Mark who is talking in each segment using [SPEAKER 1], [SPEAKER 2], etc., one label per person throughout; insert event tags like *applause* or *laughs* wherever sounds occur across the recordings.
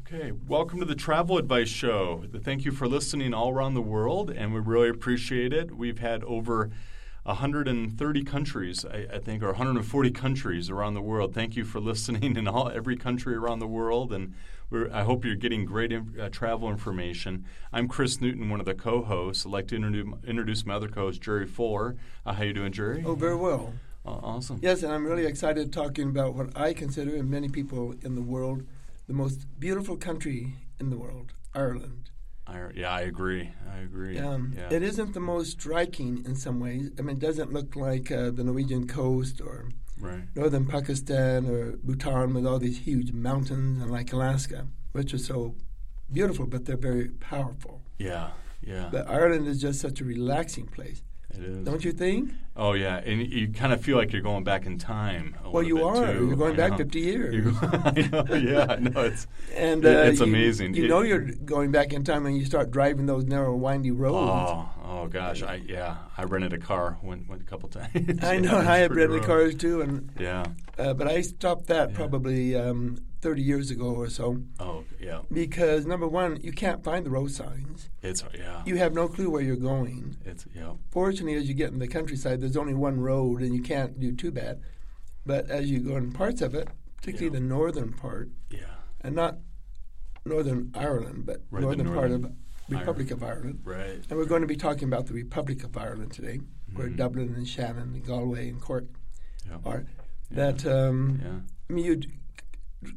[SPEAKER 1] Okay, welcome to the Travel Advice Show. Thank you for listening all around the world, and we really appreciate it. We've had over 130 countries, I, I think, or 140 countries around the world. Thank you for *laughs* listening in all every country around the world, and we're, I hope you're getting great in, uh, travel information. I'm Chris Newton, one of the co-hosts. I'd like to introduce, introduce my other co-host, Jerry Fuller. Uh, how you doing, Jerry?
[SPEAKER 2] Oh, very well.
[SPEAKER 1] Aw- awesome.
[SPEAKER 2] Yes, and I'm really excited talking about what I consider, and many people in the world, the most beautiful country in the world, Ireland.
[SPEAKER 1] I, yeah, I agree. I agree.
[SPEAKER 2] Um,
[SPEAKER 1] yeah.
[SPEAKER 2] It isn't the most striking in some ways. I mean, it doesn't look like uh, the Norwegian coast or
[SPEAKER 1] Right.
[SPEAKER 2] northern Pakistan or Bhutan with all these huge mountains and like Alaska, which are so beautiful, but they're very powerful.
[SPEAKER 1] Yeah. Yeah.
[SPEAKER 2] But Ireland is just such a relaxing place,
[SPEAKER 1] it is.
[SPEAKER 2] don't you think?
[SPEAKER 1] Oh yeah, and you kind of feel like you're going back in time. A
[SPEAKER 2] Well,
[SPEAKER 1] little
[SPEAKER 2] you
[SPEAKER 1] bit,
[SPEAKER 2] are.
[SPEAKER 1] too.
[SPEAKER 2] You're going
[SPEAKER 1] I
[SPEAKER 2] back
[SPEAKER 1] know. *laughs*
[SPEAKER 2] 50 years.
[SPEAKER 1] You're go- I know. Yeah, I know.
[SPEAKER 2] *laughs*
[SPEAKER 1] It's
[SPEAKER 2] And uh,
[SPEAKER 1] It- it's
[SPEAKER 2] you-
[SPEAKER 1] amazing.
[SPEAKER 2] You
[SPEAKER 1] It-
[SPEAKER 2] know you're going back in time when you start driving those narrow, windy roads.
[SPEAKER 1] oh, oh gosh. I yeah. I rented a car went went a couple *laughs* times.
[SPEAKER 2] *laughs* I
[SPEAKER 1] Yeah,
[SPEAKER 2] know. I
[SPEAKER 1] it's
[SPEAKER 2] had
[SPEAKER 1] pretty
[SPEAKER 2] rented
[SPEAKER 1] rough.
[SPEAKER 2] cars too, and
[SPEAKER 1] Yeah.
[SPEAKER 2] uh, but I stopped that
[SPEAKER 1] Yeah.
[SPEAKER 2] probably um, 30 years ago or so
[SPEAKER 1] Oh yeah.
[SPEAKER 2] because number one, you can't find the road signs.
[SPEAKER 1] It's yeah.
[SPEAKER 2] You have no clue where you're going.
[SPEAKER 1] It's yeah.
[SPEAKER 2] Fortunately, as you get in the countryside, there's only one road, and you can't do too bad. But as you go in parts of it, particularly
[SPEAKER 1] Yeah.
[SPEAKER 2] the northern part,
[SPEAKER 1] Yeah.
[SPEAKER 2] and not northern Ireland, but
[SPEAKER 1] Right, the
[SPEAKER 2] northern, part
[SPEAKER 1] northern
[SPEAKER 2] of Republic of Ireland.
[SPEAKER 1] Right.
[SPEAKER 2] And we're going to be talking about the Republic of Ireland today, where
[SPEAKER 1] Mhm.
[SPEAKER 2] Dublin and Shannon and Galway and Cork
[SPEAKER 1] Yeah.
[SPEAKER 2] are. That um,
[SPEAKER 1] Yeah.
[SPEAKER 2] I mean, you'd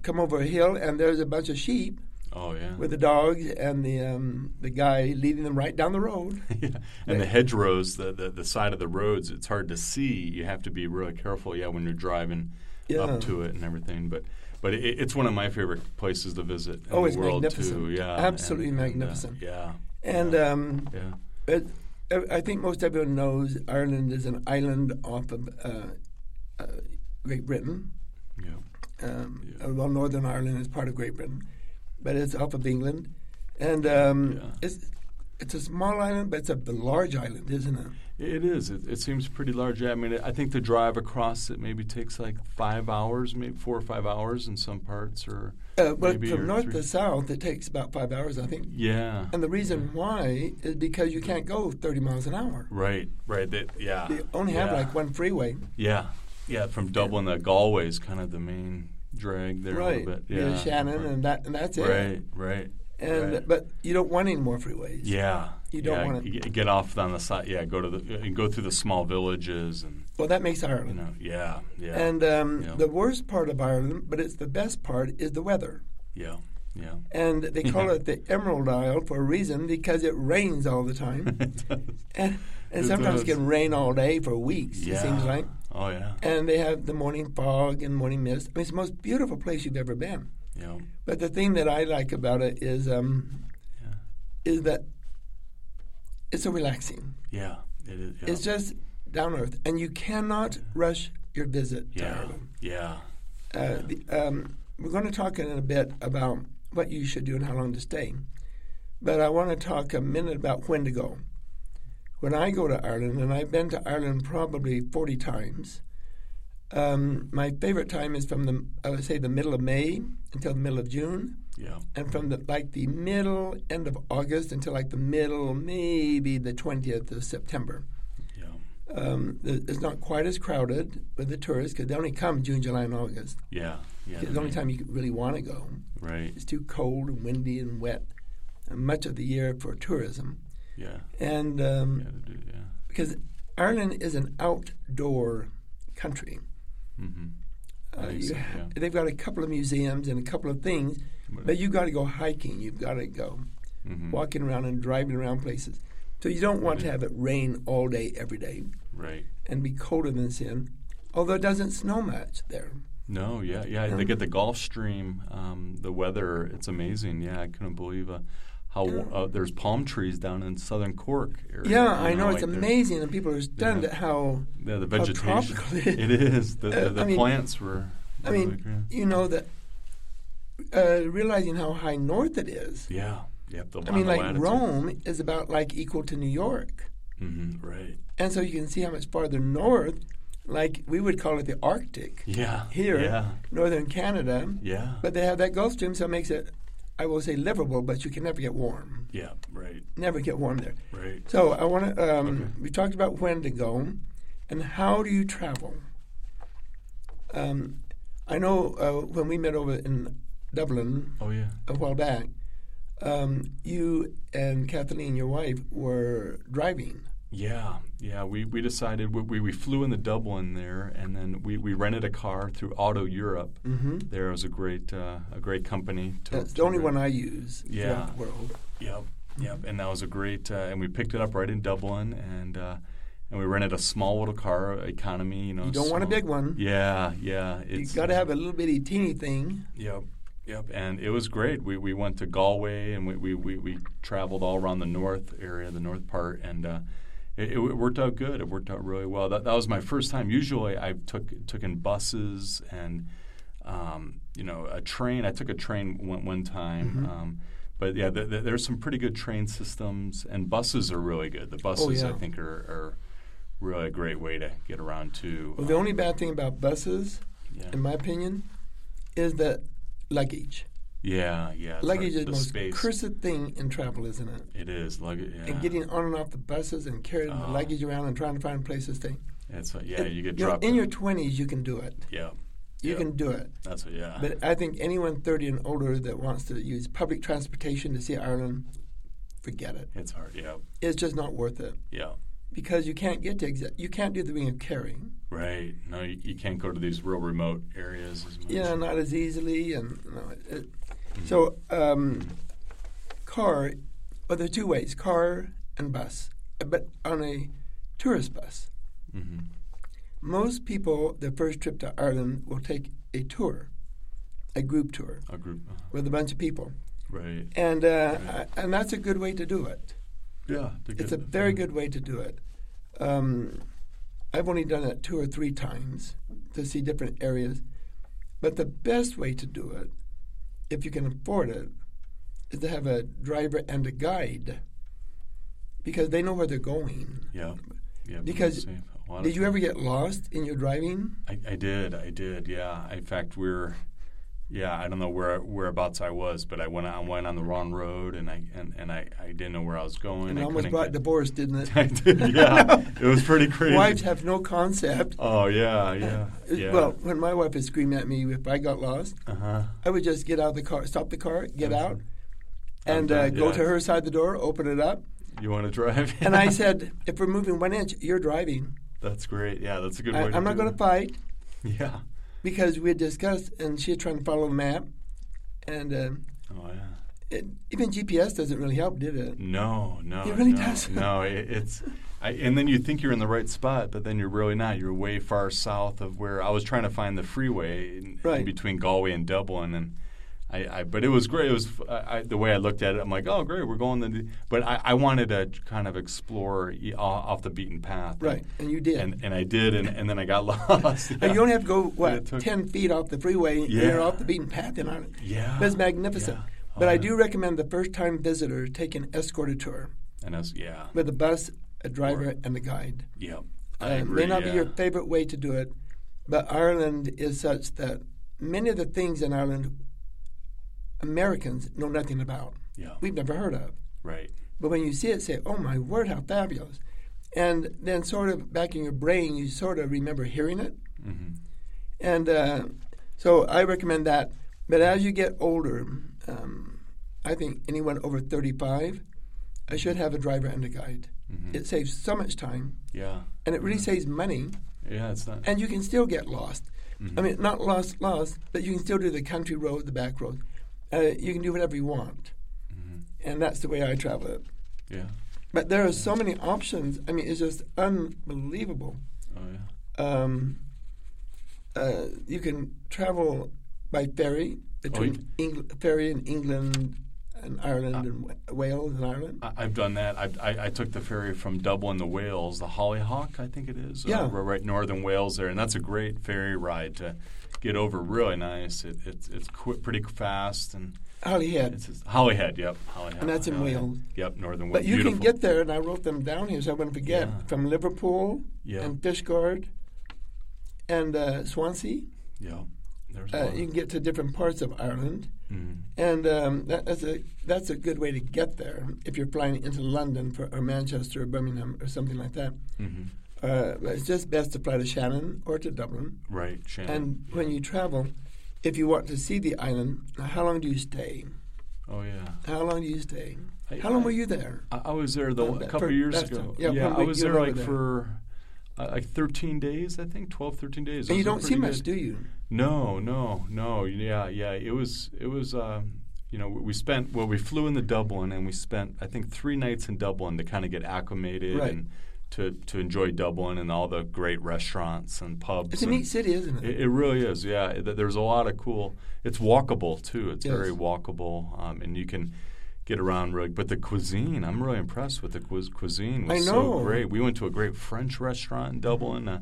[SPEAKER 2] come over a hill and there's a bunch of sheep
[SPEAKER 1] Oh yeah.
[SPEAKER 2] with the dogs and the um, the guy leading them right down the road.
[SPEAKER 1] *laughs* yeah. And the hedgerows, the, the the side of the roads, it's hard to see. You have to be really careful. Yeah, when you're driving
[SPEAKER 2] Yeah.
[SPEAKER 1] up to it and everything. But but it, it's one of my favorite places to visit. In
[SPEAKER 2] Oh,
[SPEAKER 1] the
[SPEAKER 2] it's
[SPEAKER 1] world Too.
[SPEAKER 2] magnificent.
[SPEAKER 1] Yeah,
[SPEAKER 2] Absolutely
[SPEAKER 1] and- and, uh,
[SPEAKER 2] magnificent.
[SPEAKER 1] yeah,
[SPEAKER 2] And um,
[SPEAKER 1] yeah,
[SPEAKER 2] it, I think most everyone knows Ireland is an island off of uh, uh, Great Britain.
[SPEAKER 1] yeah.
[SPEAKER 2] um,
[SPEAKER 1] Yeah.
[SPEAKER 2] uh, well, Northern Ireland is part of Great Britain, but it's off of England, and um,
[SPEAKER 1] Yeah.
[SPEAKER 2] it's it's a small island, but it's a large island, isn't it?
[SPEAKER 1] It is. It, it seems pretty large. Yeah, I mean, I think the drive across it maybe takes like five hours, maybe four or five hours in some parts, or
[SPEAKER 2] Uh, well,
[SPEAKER 1] Maybe
[SPEAKER 2] from
[SPEAKER 1] or
[SPEAKER 2] north
[SPEAKER 1] three.
[SPEAKER 2] to south, it takes about five hours, I think.
[SPEAKER 1] yeah.
[SPEAKER 2] And the reason why is because you can't go 30 miles an hour.
[SPEAKER 1] Right, right. That, yeah.
[SPEAKER 2] They only have
[SPEAKER 1] yeah.
[SPEAKER 2] like one freeway.
[SPEAKER 1] Yeah, yeah. From Dublin to Galway is kind of the main drag there
[SPEAKER 2] right.
[SPEAKER 1] a little bit.
[SPEAKER 2] near
[SPEAKER 1] Yeah,
[SPEAKER 2] Shannon
[SPEAKER 1] right.
[SPEAKER 2] and that and that's
[SPEAKER 1] right,
[SPEAKER 2] it.
[SPEAKER 1] right.
[SPEAKER 2] And
[SPEAKER 1] right.
[SPEAKER 2] but you don't want any more freeways.
[SPEAKER 1] yeah,
[SPEAKER 2] you don't
[SPEAKER 1] yeah,
[SPEAKER 2] wanna-
[SPEAKER 1] g- get off on the side. Yeah, go to the and go through the small villages and
[SPEAKER 2] Well, that makes
[SPEAKER 1] you
[SPEAKER 2] Ireland.
[SPEAKER 1] know. Yeah, yeah,
[SPEAKER 2] And um,
[SPEAKER 1] Yeah.
[SPEAKER 2] the worst part of Ireland, but it's the best part, is the weather.
[SPEAKER 1] yeah,
[SPEAKER 2] *laughs*
[SPEAKER 1] yeah.
[SPEAKER 2] and they call
[SPEAKER 1] Yeah.
[SPEAKER 2] it the Emerald Isle for a reason because it rains all the
[SPEAKER 1] *laughs*
[SPEAKER 2] time, and, and
[SPEAKER 1] It
[SPEAKER 2] sometimes it
[SPEAKER 1] does.
[SPEAKER 2] can rain all day for weeks.
[SPEAKER 1] yeah.
[SPEAKER 2] It seems like,
[SPEAKER 1] Oh yeah,
[SPEAKER 2] and they have the morning fog and morning mist. I mean, it's the most beautiful place you've ever been.
[SPEAKER 1] yeah,
[SPEAKER 2] But the thing that I like about it is, um,
[SPEAKER 1] Yeah.
[SPEAKER 2] is that it's so relaxing.
[SPEAKER 1] yeah. It is. Yeah.
[SPEAKER 2] It's just down earth, and you cannot rush your visit to
[SPEAKER 1] yeah,
[SPEAKER 2] Ireland.
[SPEAKER 1] yeah,
[SPEAKER 2] Uh, the, um, we're going to talk in a bit about what you should do and how long to stay. But I want to talk a minute about when to go. When I go to Ireland, and I've been to Ireland probably 40 times, um, my favorite time is from the, I would say, the middle of May until the middle of June,
[SPEAKER 1] yeah,
[SPEAKER 2] and from the, like the middle, end of August until like the middle, maybe the 20th of September.
[SPEAKER 1] yeah,
[SPEAKER 2] Um, th- it's not quite as crowded with the tourists because they only come June, July, and August.
[SPEAKER 1] yeah, yeah.
[SPEAKER 2] It's the only time you could really want to go.
[SPEAKER 1] Right.
[SPEAKER 2] It's too cold and windy and wet uh, much of the year for tourism.
[SPEAKER 1] Yeah.
[SPEAKER 2] And um,
[SPEAKER 1] Yeah. they do, Yeah.
[SPEAKER 2] because Ireland is an outdoor country,
[SPEAKER 1] Mm-hmm. I
[SPEAKER 2] uh,
[SPEAKER 1] think
[SPEAKER 2] you-
[SPEAKER 1] so, yeah.
[SPEAKER 2] they've got a couple of museums and a couple of things, but you've got to go hiking. You've got to go
[SPEAKER 1] mm-hmm.
[SPEAKER 2] walking around and driving around places. So you don't want to
[SPEAKER 1] Right.
[SPEAKER 2] have it rain all day, every day,
[SPEAKER 1] Right.
[SPEAKER 2] and be colder than sin, although it doesn't snow much there.
[SPEAKER 1] No, yeah, yeah. They
[SPEAKER 2] Um,
[SPEAKER 1] get the Gulf Stream. Um, the weather, it's amazing. Yeah, I couldn't believe uh, how
[SPEAKER 2] Yeah.
[SPEAKER 1] uh, there's palm trees down in southern Cork. Area,
[SPEAKER 2] Yeah,
[SPEAKER 1] you
[SPEAKER 2] I know. it's
[SPEAKER 1] like they're-
[SPEAKER 2] amazing, and people are stunned
[SPEAKER 1] Yeah.
[SPEAKER 2] at how
[SPEAKER 1] Yeah, the
[SPEAKER 2] how
[SPEAKER 1] vegetation.
[SPEAKER 2] tropical it is.
[SPEAKER 1] *laughs* It is. The, the,
[SPEAKER 2] Uh,
[SPEAKER 1] the
[SPEAKER 2] I mean-
[SPEAKER 1] plants were.
[SPEAKER 2] I
[SPEAKER 1] really
[SPEAKER 2] mean,
[SPEAKER 1] great.
[SPEAKER 2] you know that uh, realizing how high north it is.
[SPEAKER 1] yeah, yep. The,
[SPEAKER 2] I mean, like Rome is about like equal to New York,
[SPEAKER 1] Mm-hmm, right.
[SPEAKER 2] and so you can see how much farther north, like we would call it the Arctic,
[SPEAKER 1] Yeah.
[SPEAKER 2] Here.
[SPEAKER 1] Yeah.
[SPEAKER 2] northern Canada.
[SPEAKER 1] Yeah.
[SPEAKER 2] But they have that Gulf Stream, so it makes it I will say livable, but you can never get warm.
[SPEAKER 1] Yeah, right,
[SPEAKER 2] Never get warm there.
[SPEAKER 1] right.
[SPEAKER 2] So I want to. Um, We talked about when to go, and how do you travel? Um, I know uh, when we met over in Dublin
[SPEAKER 1] Oh yeah,
[SPEAKER 2] a while back, um, you and Kathleen, your wife, were driving.
[SPEAKER 1] yeah, yeah. We we decided we, we, we flew into Dublin there, and then we, we rented a car through Auto Europe.
[SPEAKER 2] Mm-hmm.
[SPEAKER 1] There was a great uh, a great company. To,
[SPEAKER 2] That's
[SPEAKER 1] to
[SPEAKER 2] the only
[SPEAKER 1] rent.
[SPEAKER 2] one I use
[SPEAKER 1] Yeah.
[SPEAKER 2] throughout the world.
[SPEAKER 1] Yep, yep. And that was a great, uh, and we picked it up right in Dublin, and uh, and we rented a small little car, economy. You know,
[SPEAKER 2] You don't want a
[SPEAKER 1] small-
[SPEAKER 2] big one.
[SPEAKER 1] Yeah, yeah.
[SPEAKER 2] you
[SPEAKER 1] It's
[SPEAKER 2] got to have a little bitty teeny thing.
[SPEAKER 1] Yep, yep. And it was great. We we went to Galway, and we we, we, we traveled all around the north area, the north part, and. Uh, it, it worked out good. It worked out really well. That, that was my first time. Usually, I took took in buses and um, you know a train. I took a train one, one time,
[SPEAKER 2] Mm-hmm.
[SPEAKER 1] um, but yeah, th- th- there's some pretty good train systems, and buses are really good. The buses I
[SPEAKER 2] Oh, yeah.
[SPEAKER 1] think are, are really a great way to get around too.
[SPEAKER 2] Well, the
[SPEAKER 1] Um,
[SPEAKER 2] only bad thing about buses,
[SPEAKER 1] yeah.
[SPEAKER 2] in my opinion, is the luggage.
[SPEAKER 1] yeah, yeah. it's hard-
[SPEAKER 2] luggage is the
[SPEAKER 1] the
[SPEAKER 2] most
[SPEAKER 1] space.
[SPEAKER 2] cursed thing in travel, isn't it?
[SPEAKER 1] It is luggage. Yeah.
[SPEAKER 2] And getting on and off the buses and carrying the
[SPEAKER 1] Oh.
[SPEAKER 2] luggage around and trying to find places to stay.
[SPEAKER 1] That's what, yeah, you get
[SPEAKER 2] You know,
[SPEAKER 1] dropped.
[SPEAKER 2] in your 20s, you can do it.
[SPEAKER 1] yeah,
[SPEAKER 2] You
[SPEAKER 1] Yeah.
[SPEAKER 2] can do it.
[SPEAKER 1] that's what, yeah.
[SPEAKER 2] But I think anyone 30 and older that wants to use public transportation to see Ireland, forget it.
[SPEAKER 1] it's hard. Yeah,
[SPEAKER 2] It's just not worth it
[SPEAKER 1] yeah. because
[SPEAKER 2] because you can't get to exa- you can't do the thing of carrying.
[SPEAKER 1] Right. No, you, you can't go to these real remote areas as much.
[SPEAKER 2] Yeah, not as easily, and you know, it, it, so um, car. Well, there are two ways: car and bus. But on a tourist bus,
[SPEAKER 1] Mm-hmm.
[SPEAKER 2] most people their first trip to Ireland will take a tour, a group tour
[SPEAKER 1] A group. uh,
[SPEAKER 2] with a bunch of people,
[SPEAKER 1] Right.
[SPEAKER 2] and uh, I- and that's a good way to do it.
[SPEAKER 1] Yeah. to get
[SPEAKER 2] It's a
[SPEAKER 1] the
[SPEAKER 2] very
[SPEAKER 1] feel.
[SPEAKER 2] good way to do it. Um, I've only done it two or three times to see different areas. But the best way to do it, if you can afford it, is to have a driver and a guide because they know where they're going.
[SPEAKER 1] Yeah. Yeah. but
[SPEAKER 2] Because
[SPEAKER 1] it's safe. A lot of
[SPEAKER 2] Did you
[SPEAKER 1] times-
[SPEAKER 2] ever get lost in your driving?
[SPEAKER 1] I, I did. I did. Yeah. In fact, we're. Yeah, I don't know where whereabouts I was, but I went I went on the wrong road, and I and, and I, I didn't know where I was going.
[SPEAKER 2] And
[SPEAKER 1] I
[SPEAKER 2] it almost
[SPEAKER 1] couldn't
[SPEAKER 2] brought
[SPEAKER 1] get-
[SPEAKER 2] divorce, didn't
[SPEAKER 1] *laughs*
[SPEAKER 2] it?
[SPEAKER 1] I did, yeah, it was
[SPEAKER 2] *laughs*
[SPEAKER 1] pretty crazy.
[SPEAKER 2] Wives have no concept.
[SPEAKER 1] oh yeah, yeah, yeah.
[SPEAKER 2] *laughs* Well, when my wife would scream at me if I got lost,
[SPEAKER 1] uh huh.
[SPEAKER 2] I would just get out of the car, stop the car, get
[SPEAKER 1] Mhm.
[SPEAKER 2] out, and
[SPEAKER 1] I'm
[SPEAKER 2] uh,
[SPEAKER 1] done,
[SPEAKER 2] go
[SPEAKER 1] yeah.
[SPEAKER 2] to her side of the door, open it up.
[SPEAKER 1] You want to drive? *laughs*
[SPEAKER 2] And I said, if we're moving one inch, you're driving.
[SPEAKER 1] That's great. Yeah, that's a good
[SPEAKER 2] I,
[SPEAKER 1] way.
[SPEAKER 2] I'm not
[SPEAKER 1] do
[SPEAKER 2] going to
[SPEAKER 1] it.
[SPEAKER 2] fight
[SPEAKER 1] *laughs* Yeah.
[SPEAKER 2] because we had discussed, and she had tried to follow the map. And uh,
[SPEAKER 1] Oh yeah.
[SPEAKER 2] it, even GPS doesn't really help, did it?
[SPEAKER 1] No, no.
[SPEAKER 2] It really
[SPEAKER 1] no,
[SPEAKER 2] does.
[SPEAKER 1] No, it, it's. I, and then you think you're in the right spot, but then you're really not. You're way far south of where I was trying to find the freeway in, in
[SPEAKER 2] Right.
[SPEAKER 1] between Galway and Dublin, and I, I. But it was great. It was I, I, the way I looked at it. I'm like, oh, great, we're going the. But I, I wanted to kind of explore e- o- off the beaten path.
[SPEAKER 2] Right, and you did.
[SPEAKER 1] And and I did, and, and then I got *laughs* lost.
[SPEAKER 2] Uh, you
[SPEAKER 1] Yeah.
[SPEAKER 2] only have to go,
[SPEAKER 1] it
[SPEAKER 2] what,
[SPEAKER 1] took-
[SPEAKER 2] 10 feet off the freeway, and
[SPEAKER 1] Yeah.
[SPEAKER 2] you're off the beaten path in
[SPEAKER 1] *sighs*
[SPEAKER 2] Ireland.
[SPEAKER 1] Yeah.
[SPEAKER 2] That's magnificent.
[SPEAKER 1] Yeah. Oh,
[SPEAKER 2] But I
[SPEAKER 1] yeah.
[SPEAKER 2] do recommend the first time visitor take an escorted tour
[SPEAKER 1] And I was yeah.
[SPEAKER 2] with a bus, a driver, and a guide.
[SPEAKER 1] Yep.
[SPEAKER 2] Uh,
[SPEAKER 1] I
[SPEAKER 2] it
[SPEAKER 1] agree.
[SPEAKER 2] may not
[SPEAKER 1] yeah.
[SPEAKER 2] be your favorite way to do it, but Ireland is such that many of the things in Ireland Americans know nothing about.
[SPEAKER 1] Yeah.
[SPEAKER 2] We've never heard of.
[SPEAKER 1] Right.
[SPEAKER 2] But when you see it, say, oh my word, how fabulous. And then, sort of back in your brain, you sort of remember hearing it.
[SPEAKER 1] Mm-hmm.
[SPEAKER 2] And uh, so I recommend that. But as you get older, um, I think anyone over 35, I should have a driver and a guide.
[SPEAKER 1] Mhm.
[SPEAKER 2] It saves so much time
[SPEAKER 1] Yeah.
[SPEAKER 2] and it really
[SPEAKER 1] Mm-hmm.
[SPEAKER 2] saves money.
[SPEAKER 1] Yeah. It's not.
[SPEAKER 2] and you can still get lost. I mean, not lost, lost, but you can still do the country road, the back road. Uh, you can do whatever you want,
[SPEAKER 1] Mhm.
[SPEAKER 2] and that's the way I travel it.
[SPEAKER 1] Yeah.
[SPEAKER 2] But there are so many options. I mean, it's just unbelievable.
[SPEAKER 1] Oh yeah.
[SPEAKER 2] Um, uh, you can travel by ferry between Engl- ferry in England and Ireland and Wa- Wales and Ireland.
[SPEAKER 1] I- I've done that. I, I, I took the ferry from Dublin to Wales, the Hollyhock, I think it is.
[SPEAKER 2] Yeah.
[SPEAKER 1] Uh, we're right northern Wales there, and that's a great ferry ride to get over. Really nice. It, it's it's qu- pretty fast, and
[SPEAKER 2] Hollyhead.
[SPEAKER 1] it's just, Hollyhead. Yep, Hollyhead.
[SPEAKER 2] And that's in
[SPEAKER 1] Hollyhead.
[SPEAKER 2] Wales.
[SPEAKER 1] Yep, northern Wales.
[SPEAKER 2] But you
[SPEAKER 1] Beautiful.
[SPEAKER 2] can get there, and I wrote them down here so I wouldn't forget.
[SPEAKER 1] Yeah.
[SPEAKER 2] From Liverpool
[SPEAKER 1] Yeah.
[SPEAKER 2] and Fishguard and uh, Swansea,
[SPEAKER 1] Yeah. There's a
[SPEAKER 2] Uh,
[SPEAKER 1] lot.
[SPEAKER 2] you can get to different parts of Ireland,
[SPEAKER 1] Mhm.
[SPEAKER 2] and um, that, that's a that's a good way to get there if you're flying into London for, or Manchester or Birmingham or something like that.
[SPEAKER 1] Mhm.
[SPEAKER 2] Uh, but it's just best to fly to Shannon or to Dublin.
[SPEAKER 1] Right, Shannon.
[SPEAKER 2] And when you travel, if you want to see the island, how long do you stay?
[SPEAKER 1] oh yeah,
[SPEAKER 2] How long do you stay?
[SPEAKER 1] I-
[SPEAKER 2] How long
[SPEAKER 1] I-
[SPEAKER 2] were you there?
[SPEAKER 1] I, I was there the,
[SPEAKER 2] Oh,
[SPEAKER 1] a
[SPEAKER 2] that-
[SPEAKER 1] couple
[SPEAKER 2] for-
[SPEAKER 1] years
[SPEAKER 2] that's
[SPEAKER 1] ago.
[SPEAKER 2] it. Yeah, one
[SPEAKER 1] I
[SPEAKER 2] week
[SPEAKER 1] was
[SPEAKER 2] you
[SPEAKER 1] there
[SPEAKER 2] were
[SPEAKER 1] like
[SPEAKER 2] there.
[SPEAKER 1] for uh, like 13 days, I think, 12, 13 days.
[SPEAKER 2] And you
[SPEAKER 1] Those are
[SPEAKER 2] don't see
[SPEAKER 1] pretty
[SPEAKER 2] much,
[SPEAKER 1] good.
[SPEAKER 2] do you?
[SPEAKER 1] No, no, no. Yeah, yeah. It was, it was. Um, you know, we spent well. We flew into Dublin, and we spent I think three nights in Dublin to kind of get acclimated
[SPEAKER 2] Right.
[SPEAKER 1] and to to enjoy Dublin and all the great restaurants and pubs.
[SPEAKER 2] It's a
[SPEAKER 1] and-
[SPEAKER 2] neat city, isn't it?
[SPEAKER 1] It, it really is, yeah. Th- There's a lot of cool. It's walkable too. It's
[SPEAKER 2] Yes.
[SPEAKER 1] very walkable, um, and you can get around really. But the cuisine, I'm really impressed with the cuis- cuisine. It Was
[SPEAKER 2] I
[SPEAKER 1] so
[SPEAKER 2] know.
[SPEAKER 1] great. We went to a great French restaurant in Dublin, uh,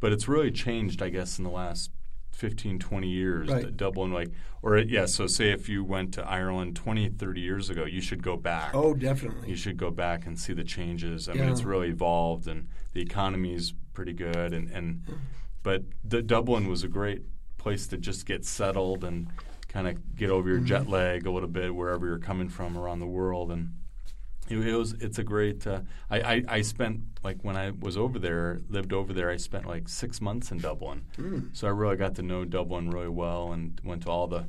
[SPEAKER 1] but it's really changed, I guess, in the last 15, 20 years.
[SPEAKER 2] Right.
[SPEAKER 1] that Dublin, like, or yeah. So say if you went to Ireland 20, 30 years ago, you should go back.
[SPEAKER 2] Oh,
[SPEAKER 1] You
[SPEAKER 2] definitely.
[SPEAKER 1] should go back and see the changes. I mean,
[SPEAKER 2] Yeah.
[SPEAKER 1] it's really evolved, and the economy's pretty good. And, and but D- Dublin was a great place to just get settled and kind of get over
[SPEAKER 2] Mm-hmm.
[SPEAKER 1] your jet lag a little bit wherever you're coming from around the world. And it, it was it's a great. Uh, I, I I spent like when I was over there, lived over there. I spent like six months in Dublin, so I really got to know Dublin really well and went to all the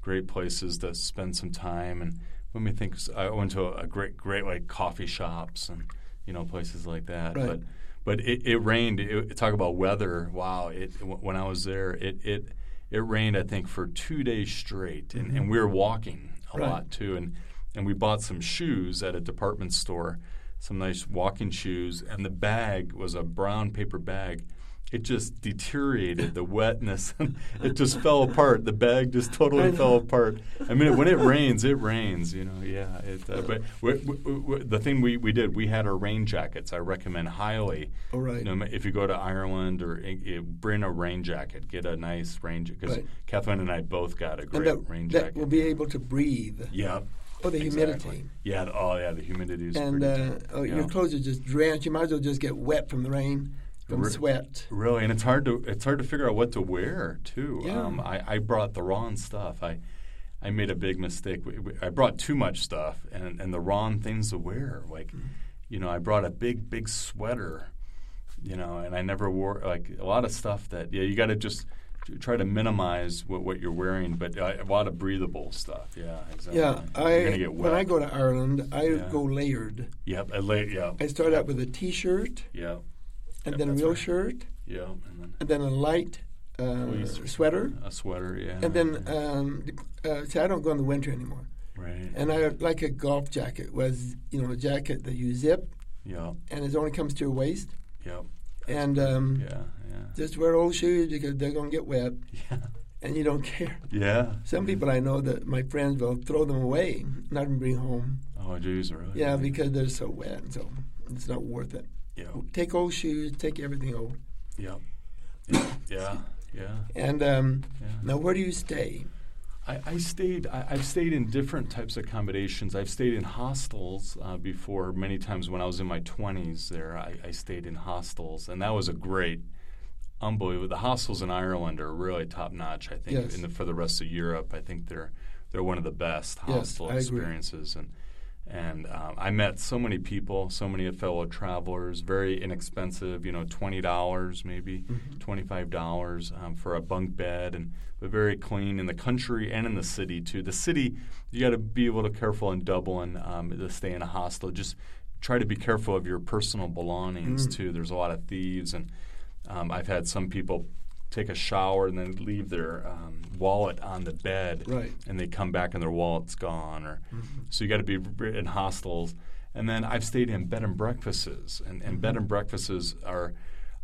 [SPEAKER 1] great places to spend some time and let me think s- I went to a, great great like coffee shops and you know places like that
[SPEAKER 2] Right.
[SPEAKER 1] but but it, it rained it, talk about weather wow it wh- when I was there it it it rained I think for two days straight and, and we were walking a
[SPEAKER 2] Right.
[SPEAKER 1] lot too and and we bought some shoes at a department store some nice walking shoes and the bag was a brown paper bag it just deteriorated
[SPEAKER 2] *laughs*
[SPEAKER 1] the wetness *laughs* it just fell apart the bag just totally fell apart i mean when it rains it rains you know yeah it, uh, but w- w- w- w- the thing we, we did we had our rain jackets i recommend highly
[SPEAKER 2] All right.
[SPEAKER 1] you know, if you go to ireland or i i- bring a rain jacket get a nice rain jacket because
[SPEAKER 2] Right.
[SPEAKER 1] kathleen and i both got a
[SPEAKER 2] And
[SPEAKER 1] great rain
[SPEAKER 2] uh, that, that
[SPEAKER 1] jacket
[SPEAKER 2] will be able to breathe.
[SPEAKER 1] yeah
[SPEAKER 2] Oh, the
[SPEAKER 1] exactly.
[SPEAKER 2] humidity.
[SPEAKER 1] yeah the- oh yeah the humidity is
[SPEAKER 2] And
[SPEAKER 1] pretty
[SPEAKER 2] uh, oh,
[SPEAKER 1] yeah.
[SPEAKER 2] your clothes are just drenched. You might as well just get wet from the rain, from
[SPEAKER 1] Re-
[SPEAKER 2] sweat.
[SPEAKER 1] Really, and it's hard to it's hard to figure out what to wear too.
[SPEAKER 2] Yeah.
[SPEAKER 1] Um, I, I brought the wrong stuff. I I made a big mistake. We- we- I brought too much stuff and and the wrong things to wear. Like,
[SPEAKER 2] Mm-hmm.
[SPEAKER 1] you know, I brought a big big sweater. You know, and I never wore like a lot of stuff that yeah. You got to just t- try to minimize what, what you're wearing, but uh, a lot of breathable stuff. Yeah, exactly.
[SPEAKER 2] Yeah,
[SPEAKER 1] you're gonna
[SPEAKER 2] I
[SPEAKER 1] get wet.
[SPEAKER 2] when I go to Ireland, I
[SPEAKER 1] Yeah.
[SPEAKER 2] go layered.
[SPEAKER 1] yep, I lay, yeah,
[SPEAKER 2] I start out with a t-shirt,
[SPEAKER 1] yeah,
[SPEAKER 2] and
[SPEAKER 1] Yep,
[SPEAKER 2] then a
[SPEAKER 1] that's
[SPEAKER 2] real
[SPEAKER 1] right.
[SPEAKER 2] shirt,
[SPEAKER 1] yeah, and then
[SPEAKER 2] and then a light uh,
[SPEAKER 1] you s-
[SPEAKER 2] sweater,
[SPEAKER 1] a sweater, yeah,
[SPEAKER 2] and then um, uh, see, I don't go in the winter anymore.
[SPEAKER 1] right,
[SPEAKER 2] And I like a golf jacket, was you know a jacket that you zip
[SPEAKER 1] yeah,
[SPEAKER 2] and it only comes to your waist,
[SPEAKER 1] yeah,
[SPEAKER 2] and um,
[SPEAKER 1] yeah, yeah. *laughs*
[SPEAKER 2] just wear old shoes because they're gonna get wet,
[SPEAKER 1] Yeah.
[SPEAKER 2] and you don't *laughs* care.
[SPEAKER 1] Yeah.
[SPEAKER 2] Some people I know that my friends will throw them away, not even bring home.
[SPEAKER 1] Oh, geez, really?
[SPEAKER 2] Yeah, because they're so wet, and so it's not worth it.
[SPEAKER 1] Yeah.
[SPEAKER 2] Take old shoes, take everything old.
[SPEAKER 1] Yeah. Yeah. Yeah. Yeah.
[SPEAKER 2] And um,
[SPEAKER 1] yeah.
[SPEAKER 2] now, where do you stay?
[SPEAKER 1] I, I stayed. I, I've stayed in different types of accommodations. I've stayed in hostels uh, before many times when I was in my twenties. There, I, I stayed in hostels, and that was a great, unbelievable. The hostels in Ireland are really top notch. I think
[SPEAKER 2] Yes.
[SPEAKER 1] in the, for the rest of Europe, I think they're they're one of the best
[SPEAKER 2] Yes,
[SPEAKER 1] hostel
[SPEAKER 2] I agree.
[SPEAKER 1] experiences. And and um, I met so many people, so many fellow travelers. Very inexpensive, you know, twenty dollars maybe, five dollars um, for a bunk bed, and but very clean in the country and in the city too. The city, you got to be a little careful in Dublin um, to stay in a hostel. Just try to be careful of your personal belongings too. There's a lot of thieves, and um, I've had some people take a shower and then leave their um, wallet on the bed
[SPEAKER 2] Right.
[SPEAKER 1] and they come back and their wallet's gone or so you got to be v- in hostels and then i've stayed in bed and breakfasts and, and
[SPEAKER 2] Mm-hmm.
[SPEAKER 1] bed and breakfasts are